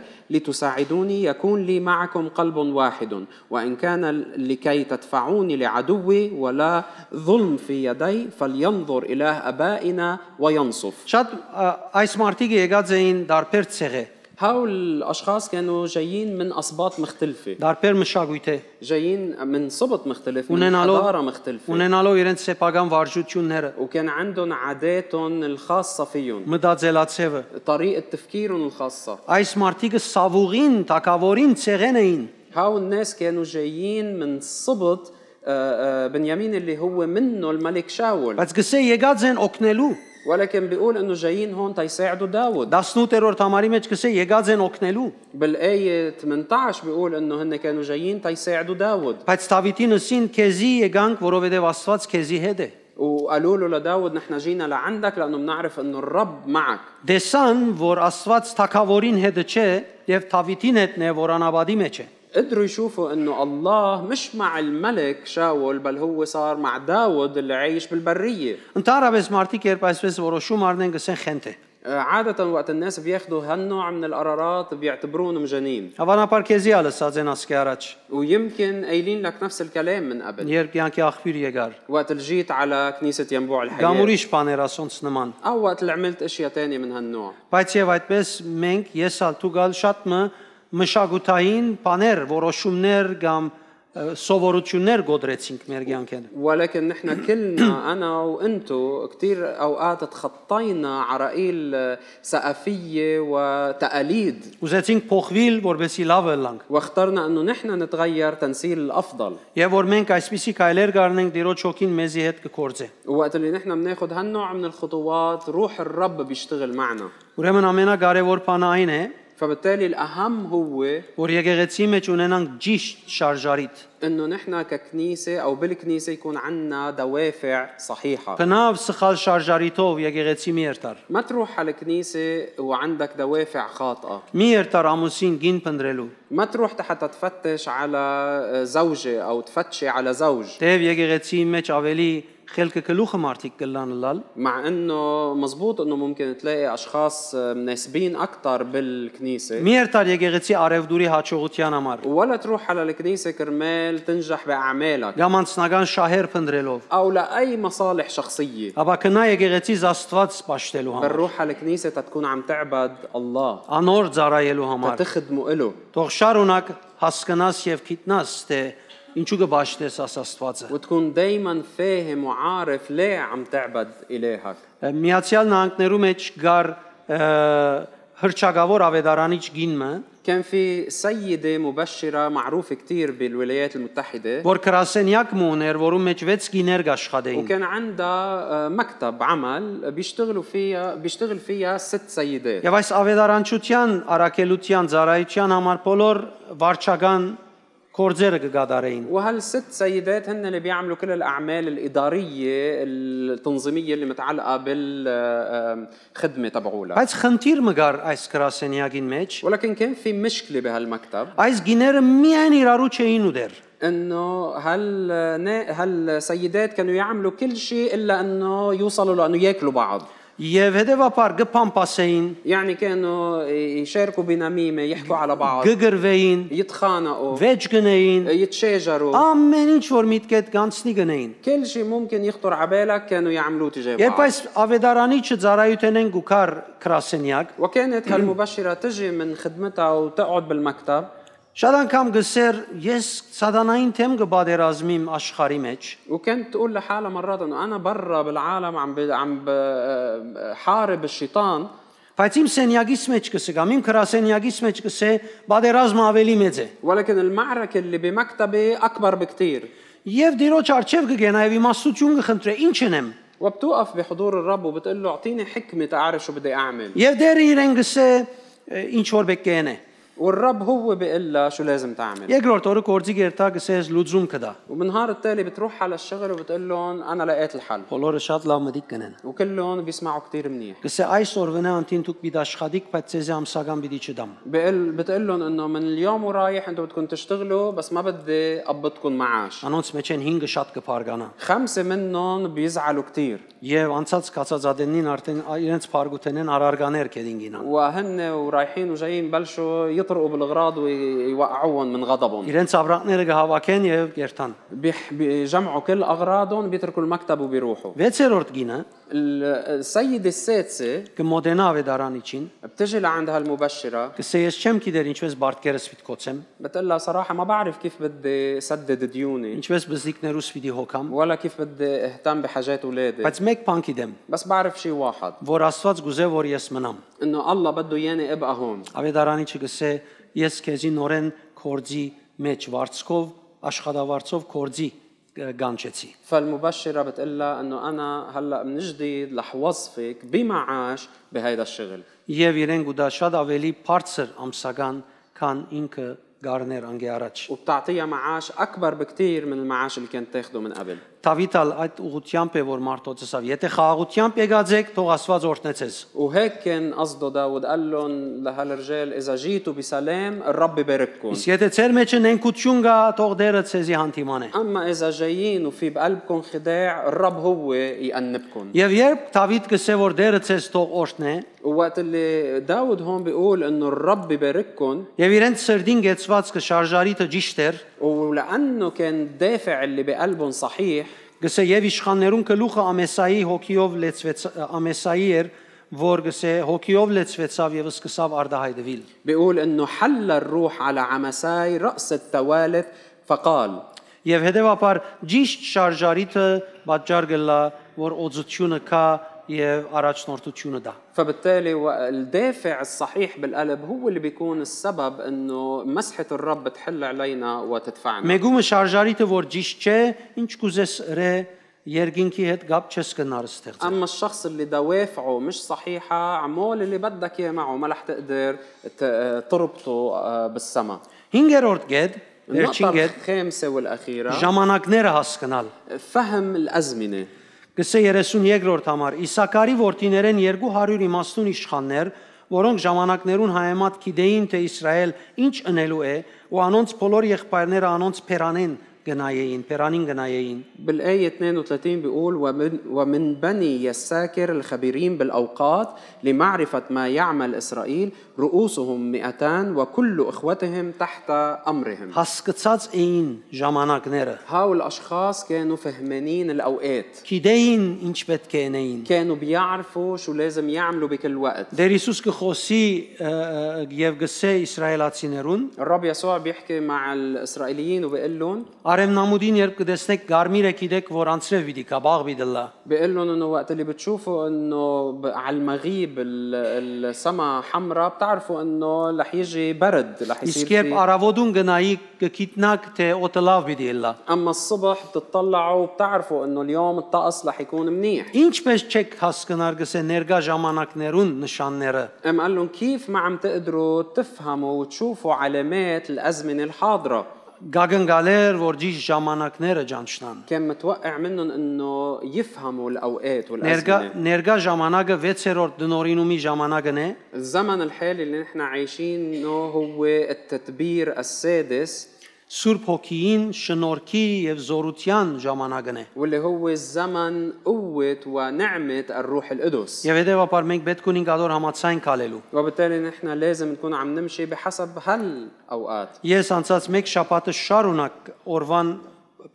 Speaker 2: لتساعدوني يكون لي معكم قلب واحد وإن كان لكي تدفعوني لعدوي ولا ظلم في يدي فلينظر إله أبائنا وينصف
Speaker 1: Շատ ա, այս մարտիկը եկած էին դարբեր ցեղե
Speaker 2: هؤلاء الأشخاص كانوا جايين من أسباط مختلفة
Speaker 1: Դարբեր մշակույթ է
Speaker 2: جايين من سبط مختلف من حضارة
Speaker 1: ունենալով
Speaker 2: مختلفة
Speaker 1: ունենալով իրենց սեփական վարժությունները,
Speaker 2: وكان عندهم عاداتهم الخاصة فيهم
Speaker 1: մտածելացևը։
Speaker 2: طريقة تفكيرهم الخاصة
Speaker 1: Այս մարդիկը սավուղին, թակավորին ցեղեն էին։
Speaker 2: هاو الناس كانوا جايين من سبط آه، آه، بنيامين اللي هو منه الملك شاول
Speaker 1: Բայց գսե եկած են օգնելու։
Speaker 2: ولكن بيقول انه جايين هون تيساعدوا داود
Speaker 1: 18-րդ համարի մեջ գսե եկած են օգնելու։
Speaker 2: بالآية 18 بيقول انه هن كانوا جايين تيساعدوا داود
Speaker 1: Բայց Դավիթի նսին քեզի եկանք, որովհետև Աստված քեզի հետ է։
Speaker 2: وقالوا له لداود نحن جينا لعندك لانه بنعرف انه الرب معك
Speaker 1: Դեսան, որ Աստված թակավորին հետը չէ, եւ Դավիթին հետն է, որ անաբադի մեջ է։
Speaker 2: قدروا يشوفوا انه الله مش مع الملك شاول بل هو صار مع داود اللي عايش بالبريه
Speaker 1: Ընդհանրապես մարդիկ երբ այսպես որոշում առնեն, գսեն խենթ է։
Speaker 2: آه، عادة وقت الناس بياخذوا هالنوع من القرارات بيعتبروهم مجانين
Speaker 1: Հավանաբար քեզի ալսած են ասկի առաջ,
Speaker 2: ويمكن قايلين لك نفس الكلام من قبل
Speaker 1: երբ կյանքի աղբյուր եկար։
Speaker 2: وقت اللي جيت على كنيسة ينبوع
Speaker 1: Կամ
Speaker 2: الحياة
Speaker 1: ուրիշ բաներ ասոնց նման։
Speaker 2: أو وقت اللي عملت أشياء تانية من هالنوع
Speaker 1: Բայց եւ այդպես մենք եսալ ցուցալ շատ մը մշակութային բաներ, որոշումներ կամ ը, սովորություններ գոդրեցինք մեր կյանքեն։
Speaker 2: ولكن نحن كلنا انا وانتو كثير اوقات تخطينا عرائيل آه، ثقافيه وتقاليد
Speaker 1: Ուզեցինք փոխվել, որբեսի լավ ելանք։
Speaker 2: واخترنا انه نحن نتغير تنسيل الافضل
Speaker 1: Եվ որ մենք այսպիսի կայլեր գարնենք դերոջ հոգին մեզի հետ կկործե։
Speaker 2: وقت اللي نحن بناخد هالنوع من الخطوات روح الرب بيشتغل معنا
Speaker 1: Ուրեմն ամենակարևոր բանը այն է,
Speaker 2: فبالتالي الاهم هو
Speaker 1: որ եկեղեցի մեջ ունենանք ճիշտ շարժարիտ։
Speaker 2: انه نحن ككنيسه او بالكنيسه يكون عندنا دوافع صحيحه
Speaker 1: Քնավ սխալ շարժարիտով եկեղեցի մի երթար։
Speaker 2: ما تروح على الكنيسه وعندك دوافع خاطئه
Speaker 1: Մի երթար ամուսին գին փնդրելու։
Speaker 2: ما تروح حتى تفتش على زوجة أو تفتشي على زوج
Speaker 1: Դեև եկեղեցի մեջ ավելի խելքը գլուխը մարդիկ կլան լալ,
Speaker 2: مع أنه مزبوط أنه ممكن تلاقي أشخاص مناسبين أكتر بالكنيسة
Speaker 1: Մի երթար եկեղեցի արևդուրի հաջողության համար
Speaker 2: ولا تروح على الكنيسة كرمال تنجح بأعمالك
Speaker 1: կամ անձնական շահեր փնտրելով,
Speaker 2: أو لأي مصالح شخصية
Speaker 1: ապա կնա եկեղեցի Աստված սպաշտելու
Speaker 2: بل
Speaker 1: համար,
Speaker 2: روح على الكنيسة تتكون عم تعبد الله
Speaker 1: անոր ծառայելու համար։
Speaker 2: تخدمه إله
Speaker 1: Թող շարունակ հասկանաս եւ գիտնաս, թե ինչու կբաշտես աս Աստվածը։
Speaker 2: وتكون دايما فاهم وعارف ليه عم تعبد إلهك
Speaker 1: Միացյալ Նահանգներու մեջ գար ը, հրճակավոր ավետարանիչ գինը,
Speaker 2: كان في سيدة مبشرة معروفة كتير بالولايات المتحدة
Speaker 1: որ քրասենյակ մուներ, որում մեջ 6 գիներ կաշխատեին։
Speaker 2: وكان عندها آه، مكتب عمل بيشتغلوا فيها بيشتغل فيها ست سيدات
Speaker 1: Եվ այս ավետարանչության, առաքելության, ծառայության համար բոլոր վարչական կորձերը կգադարեին։
Speaker 2: وهالست سيدات هن اللي بيعملوا كل الاعمال الاداريه التنظيميه اللي متعلقه بالخدمه تبعولها
Speaker 1: Բայց խնդիր մգար այս գրասենյակին մեջ,
Speaker 2: ولكن كان في مشكله بهالمكتب
Speaker 1: այս գիները միայն իրարու չէին ու դեր։
Speaker 2: انه هال هالسيدات كانوا يعملوا كل شيء الا انه يوصلوا لانه ياكلوا بعض
Speaker 1: Եվ հետևաբար գփամփասեին,
Speaker 2: يعني كانوا يشاركوا بنميمه يحكوا على بعض
Speaker 1: գգրվեին,
Speaker 2: يتخانقوا
Speaker 1: վեճ գնեին, آه.
Speaker 2: يتشاجروا
Speaker 1: ամեն ինչ որ միտքեդ կանցնի գնեին։
Speaker 2: كل شيء ممكن يخطر على بالك كانوا يعملوه تجاه
Speaker 1: Երբ
Speaker 2: بعض
Speaker 1: այս ավետարանիչը ծառայութենեն գուքար գրասենյակ,
Speaker 2: وكانت هالمبشرة تجي من خدمتها وتقعد بالمكتب
Speaker 1: շատ անգամ գսեր ես սատանային թեմ կբادرազմիմ աշխարի մեջ,
Speaker 2: وكانت تقول لحالها مرات انه انا برا بالعالم عم ب... عم ب... آه، حارب الشيطان
Speaker 1: բայց իմ սենյակից մեջ կսե կամ իմ գրասենյակից մեջ կսե բادرազմը ավելի մեծ է։
Speaker 2: ولكن المعركة اللي بمكتبي أكبر بكتير
Speaker 1: Եվ դիրոջ արչև կգենա եւ իմաստություն կխնդրե, ինչ ենեմ։
Speaker 2: وبتوقف بحضور الرب وبتقول له أعطيني حكمة تعرف شو بدي أعمل
Speaker 1: Եվ դեր իրեն գսե ինչ որ բեկեն է։
Speaker 2: والرب هو بيقول لها شو لازم تعمل
Speaker 1: Երկրորդ օրը կորձի գերտա գսես լուծում կդա։
Speaker 2: وبالنهار التالي بتروح على الشغل وبتقول لهم أنا لقيت الحل
Speaker 1: Բոլորը շատ լավ մտիկ կնեն։
Speaker 2: وكلهم بيسمعوا كتير منيح
Speaker 1: Գսե այս օրվանա անտին դուք պիտի աշխատիկ, բայց ցեզ ամսական պիտի չդամ։
Speaker 2: بقول بتقول لهم انه من اليوم ورايح انتم بدكم تشتغلوا بس ما بدي قبضكم معاش
Speaker 1: Անոնց մեջ են 5-ը շատ կփարգանա։
Speaker 2: خمسه منهم بيزعلوا كثير
Speaker 1: Եվ անցած կացած ադենին արդեն ա- իրենց փարգութենեն արարգաներ կերին գինան։
Speaker 2: وهن ورايحين وجايين بلشوا يطرقوا بالغراض ويوقعوهم من غضبهم
Speaker 1: Իրենց ավրակները կհավաքեն եւ կերտան։
Speaker 2: بيح- بيجمعوا كل اغراضهم بيتركوا المكتب وبيروحوا
Speaker 1: 6-րդ գինը
Speaker 2: ال- السيدة السادسة
Speaker 1: կմոտենա ավետարանիչին,
Speaker 2: بتجي لعندها المبشرة
Speaker 1: կսե ես չեմ գիտեր ինչպես բարդքերս պիտի կոծեմ,
Speaker 2: بتقول لها صراحة ما بعرف كيف بدي سدد ديوني
Speaker 1: ինչպես բզիկներուս պիտի հոգամ,
Speaker 2: ولا كيف بدي اهتم بحاجات اولادي
Speaker 1: բայց մեկ բան գիտեմ,
Speaker 2: بس بعرف شيء واحد
Speaker 1: որ Աստված գուզե որ ես մնամ։
Speaker 2: انه الله بده اياني ابقى هون
Speaker 1: Ավետարանիչը գսե ես քեզի նորեն կորձի մեջ վարձկով աշխատավարձով կորձի գանչեցի։
Speaker 2: فالمبشرة بتقول لها انه انا هلا من جديد رح وظفك بمعاش بهيدا الشغل
Speaker 1: Եվ իրենք ու դա շատ ավելի բարձր ամսական, քան ինքը գարներ անգե առաջ։
Speaker 2: وبتعطيها معاش اكبر بكتير من المعاش اللي كانت تاخده من قبل
Speaker 1: Դավիթալ այդ ուղությամբ է որ մարտոցեսավ, եթե խաղաղությամբ եկածեք, թող Աստված օրհնեցես։
Speaker 2: وهيك كان قصده داود قال لهم لهالرجال اذا جيتوا بسلام الرب يبارككم
Speaker 1: Իսկ եթե ծեր մեջ նենկություն գա, թող դերը ցեզի հանդիմանե։
Speaker 2: اما اذا جايين وفي بقلبكم خداع الرب هو يأنبكم
Speaker 1: Եվ երբ Դավիթ գսե որ դերը ցեզ թող օրհնե,
Speaker 2: وقت اللي داود هون بيقول انه الرب يبارككم
Speaker 1: եւ իրենց սրդին գեցված կշարժարիտը ճիշտ էր,
Speaker 2: ولانه كان الدافع اللي بقلبهم صحيح
Speaker 1: Գսե եւ իշխաններուն գլուխը ամեսայի հոգիով լեցվեց ամեսայի էր, որ գսե հոգիով լեցվեցավ եւ սկսավ արդահայտվել։
Speaker 2: بيقول انه حل الروح على عمساي راس التوالد فقال
Speaker 1: Եվ հետեւաբար ճիշտ շարժարիթը պատճառ գլա, որ օծությունը կա եւ առաջնորդությունը դա։
Speaker 2: فبالتالي و- الدافع الصحيح بالقلب هو اللي بيكون السبب انه مسحه الرب بتحل علينا وتدفعنا
Speaker 1: Մեգումը շարժարիթը որ ճիշտ չէ, ինչ կուզես ռե երկինքի հետ գապ չես կնար ստեղծել։
Speaker 2: اما الشخص اللي دوافعه مش صحيحه عمول اللي بدك اياه معه ما رح تقدر ت- تربطه آه، بالسما
Speaker 1: 5-րդ գետ,
Speaker 2: النقطه
Speaker 1: վերջին գետ
Speaker 2: الخامسه والاخيره
Speaker 1: ժամանակները հասկանալ։
Speaker 2: فهم الازمنه
Speaker 1: Գսե 33-րդ համար Իսակարի որդիներեն 200 իմաստուն իշխաններ, որոնք ժամանակներուն հայեմատ գիտեին, թե Իսրայել ինչ ընելու է, ու անոնց բոլոր եղբայրները անոնց փերանեն գնայեին, փերանին գնայեին։
Speaker 2: بالآية 32 بيقول ومن, ومن بني يساكر الخبيرين بالأوقات لمعرفة ما يعمل إسرائيل رؤوسهم 200 وكل إخوتهم تحت أمرهم
Speaker 1: Հասկացած էին ժամանակները։
Speaker 2: هؤلاء الأشخاص كانوا فهمانين الأوقات
Speaker 1: Գիտեին ինչ պետք է անեին։
Speaker 2: كانوا بيعرفوا شو لازم يعملوا بكل وقت
Speaker 1: Դեր Հիսուս կխոսի ը, ը, եւ գսե իսրայելացիներուն
Speaker 2: الرب يسوع بيحكي مع الإسرائيليين وبيقول لهم
Speaker 1: Արևնամուդին երբ կդեսնեք գարմիրը գիտեք որ անցրև պիտի կա բաղբի դլա
Speaker 2: بيقول لهم انه وقت اللي بتشوفوا انه ب- على المغيب ال- السما حمراء بتعرفوا انه رح يجي برد رح يصير
Speaker 1: Իսկ երբ
Speaker 2: في-
Speaker 1: արավոդուն գնայի կգիտնակ թե օտը լավ պիտի լա։
Speaker 2: اما الصبح بتطلعوا وبتعرفوا انه اليوم الطقس رح يكون منيح
Speaker 1: Ինչպես չեք հասկանար գսե ներկա ժամանակներուն նշանները։
Speaker 2: ام قال لهم كيف ما عم تقدروا تفهموا وتشوفوا علامات الازمنه الحاضره
Speaker 1: Գագնգալեր, որ ճիշտ ժամանակները ճանչնան։
Speaker 2: كان متوقع منهم انه يفهموا الاوقات
Speaker 1: Ներկա
Speaker 2: والازمنه
Speaker 1: ներկա ժամանակը 6-րդ դնորինումի ժամանակն է,
Speaker 2: الزمن الحالي اللي نحن عايشينه هو التدبير السادس
Speaker 1: Սուրբ Հոգին, շնորհքի եւ զորության ժամանակն է։
Speaker 2: واللي هو الزمن قوة ونعمة الروح القدس
Speaker 1: Եվ հետեւաբար մենք պետք ունենք ադոր համացանք ալելու։
Speaker 2: وبالتالي نحن لازم نكون عم نمشي بحسب هالأوقات
Speaker 1: Ես անցած մեկ շաբաթը շարունակ օրվան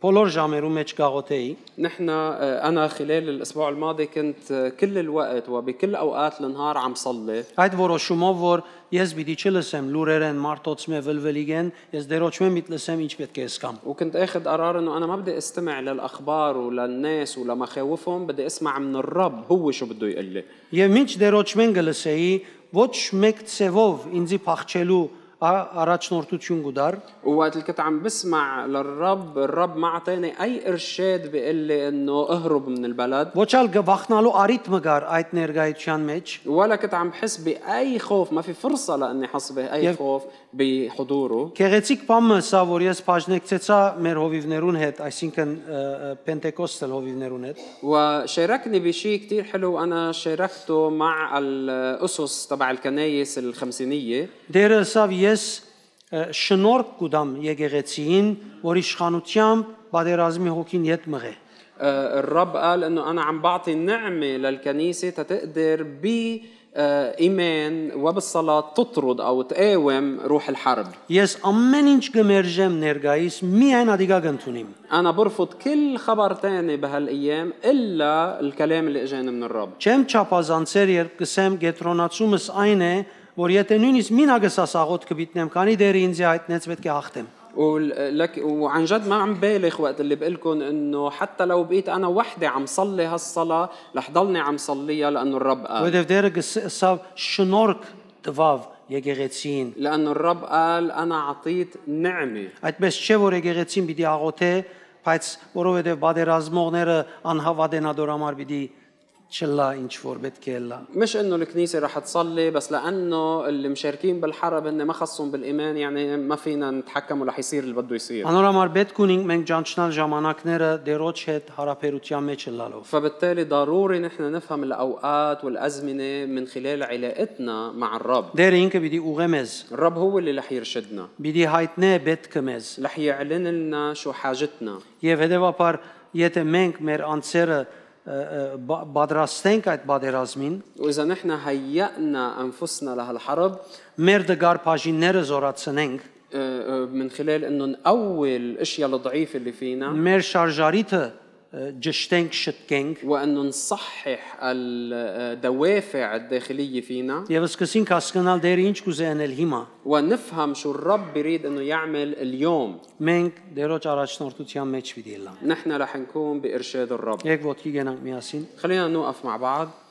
Speaker 1: բոլոր ժամերու մեջ գաղութեի։
Speaker 2: نحن آه، انا خلال الاسبوع الماضي كنت آه، كل الوقت وبكل اوقات النهار عم صلي
Speaker 1: Այդ որոշումով որ ես պիտի չլսեմ լուրերեն մարտոցմե վլվելիգեն, ես դերոճմեմ պիտի լսեմ ինչ պետք է սկամ։
Speaker 2: وكنت اخذ قرار انه انا ما بدي استمع للاخبار وللناس ولمخاوفهم بدي اسمع من الرب هو شو بده يقول لي
Speaker 1: Եվ ինչ դերոճմեն գլսեի, ոչ մեկ ցևով ինձի փախչելու ա- առաջնորդություն գուդար,
Speaker 2: ووقت اللي كنت عم بسمع للرب الرب ما اعطاني اي ارشاد بيقول لي انه اهرب من البلد
Speaker 1: ոչ ալ գվախնալու առիթ մգար այդ ներգայության մեջ։
Speaker 2: ولا كنت عم حس باي خوف ما في فرصه لاني حس باي
Speaker 1: يب.
Speaker 2: خوف بحضوره
Speaker 1: Գեղեցիկ բամը սա որ ես բաժնեկցեցա մեր հովիվներուն հետ, այսինքն ը, ը, Պենտեկոստալ հովիվներուն հետ,
Speaker 2: وشاركني بشيء كتير حلو أنا شاركته مع الأسس تبع الكنايس الخمسينية
Speaker 1: Դերը ասավ ես ը, շնորհք կուտամ եկեղեցին, որ իշխանությամբ բادرազմի հոգին յետ մղե։
Speaker 2: آه، الرب قال إنه أنا عم بعطي نعمة للكنيسة تتقدر ب آه، إيمان وبالصلاة تطرد أو تقاوم روح الحرب
Speaker 1: Ես ամեն ինչ կմերժեմ ներգայիս միայն ադիգա կընդունիմ։
Speaker 2: أنا برفض كل خبر تاني بهالأيام إلا الكلام اللي إجاني من الرب
Speaker 1: Չեմ չափազանցեր, երբ կսեմ գետրոնացումս այն է, որ եթե նույնիսկ մինագսասաղոտ կմիտնեմ, քանի դեր ինձ հայտնեց պետք է հաղթեմ։
Speaker 2: ولك وعن جد ما عم بالغ وقت اللي بقول لكم انه حتى لو بقيت انا وحدي عم صلي هالصلاه رح ضلني عم صليها لانه الرب قال
Speaker 1: Որովհետև դերը գսավ շնորհք տվավ եկեղեցին։
Speaker 2: لانه الرب قال انا عطيت نعمه
Speaker 1: Այդպես չէ որ եկեղեցին պիտի աղոթե, բայց որովհետև բادرազմողները անհավատենադոր համար պիտի չլա ինչ որ պետք է լա։
Speaker 2: مش انه الكنيسه رح تصلي بس لانه اللي مشاركين بالحرب هن ما خصهم بالايمان يعني ما فينا نتحكم ورح يصير اللي بده يصير
Speaker 1: Անոր համար պետք ունենք մենք ճանչնալ ժամանակները դերոջ հետ հարաբերության մեջ լալով։
Speaker 2: فبالتالي ضروري نحن نفهم الاوقات والازمنه من خلال علاقتنا مع الرب
Speaker 1: Դերը ինքը պիտի ուղեմես,
Speaker 2: الرب هو اللي رح يرشدنا
Speaker 1: պիտի հայտնե պետքը մեզ։
Speaker 2: رح يعلن لنا شو حاجتنا
Speaker 1: Եվ հետևաբար, եթե մենք մեր անձերը ը, ը, բա- պատրաստենք այդ բادرազմին,
Speaker 2: واذا نحن هيئنا انفسنا لهالحرب
Speaker 1: մեր դգար բաժինները զորացնենք,
Speaker 2: آه، آه، من خلال انه نقوي الاشياء الضعيفه اللي فينا
Speaker 1: մեր շարժարիթը ը, ճշտենք, շտկենք
Speaker 2: وانه نصحح الدوافع الداخليه فينا
Speaker 1: եւ սկսենք հասկանալ դեր ինչ կուզենել հիմա։
Speaker 2: ونفهم شو الرب بيريد انه يعمل اليوم
Speaker 1: Մենք դերոջ առաջնորդության մեջ պիտի լանք։
Speaker 2: نحن رح نكون بارشاد الرب
Speaker 1: Եկ ոտքի գնանք միասին։
Speaker 2: خلينا نوقف مع بعض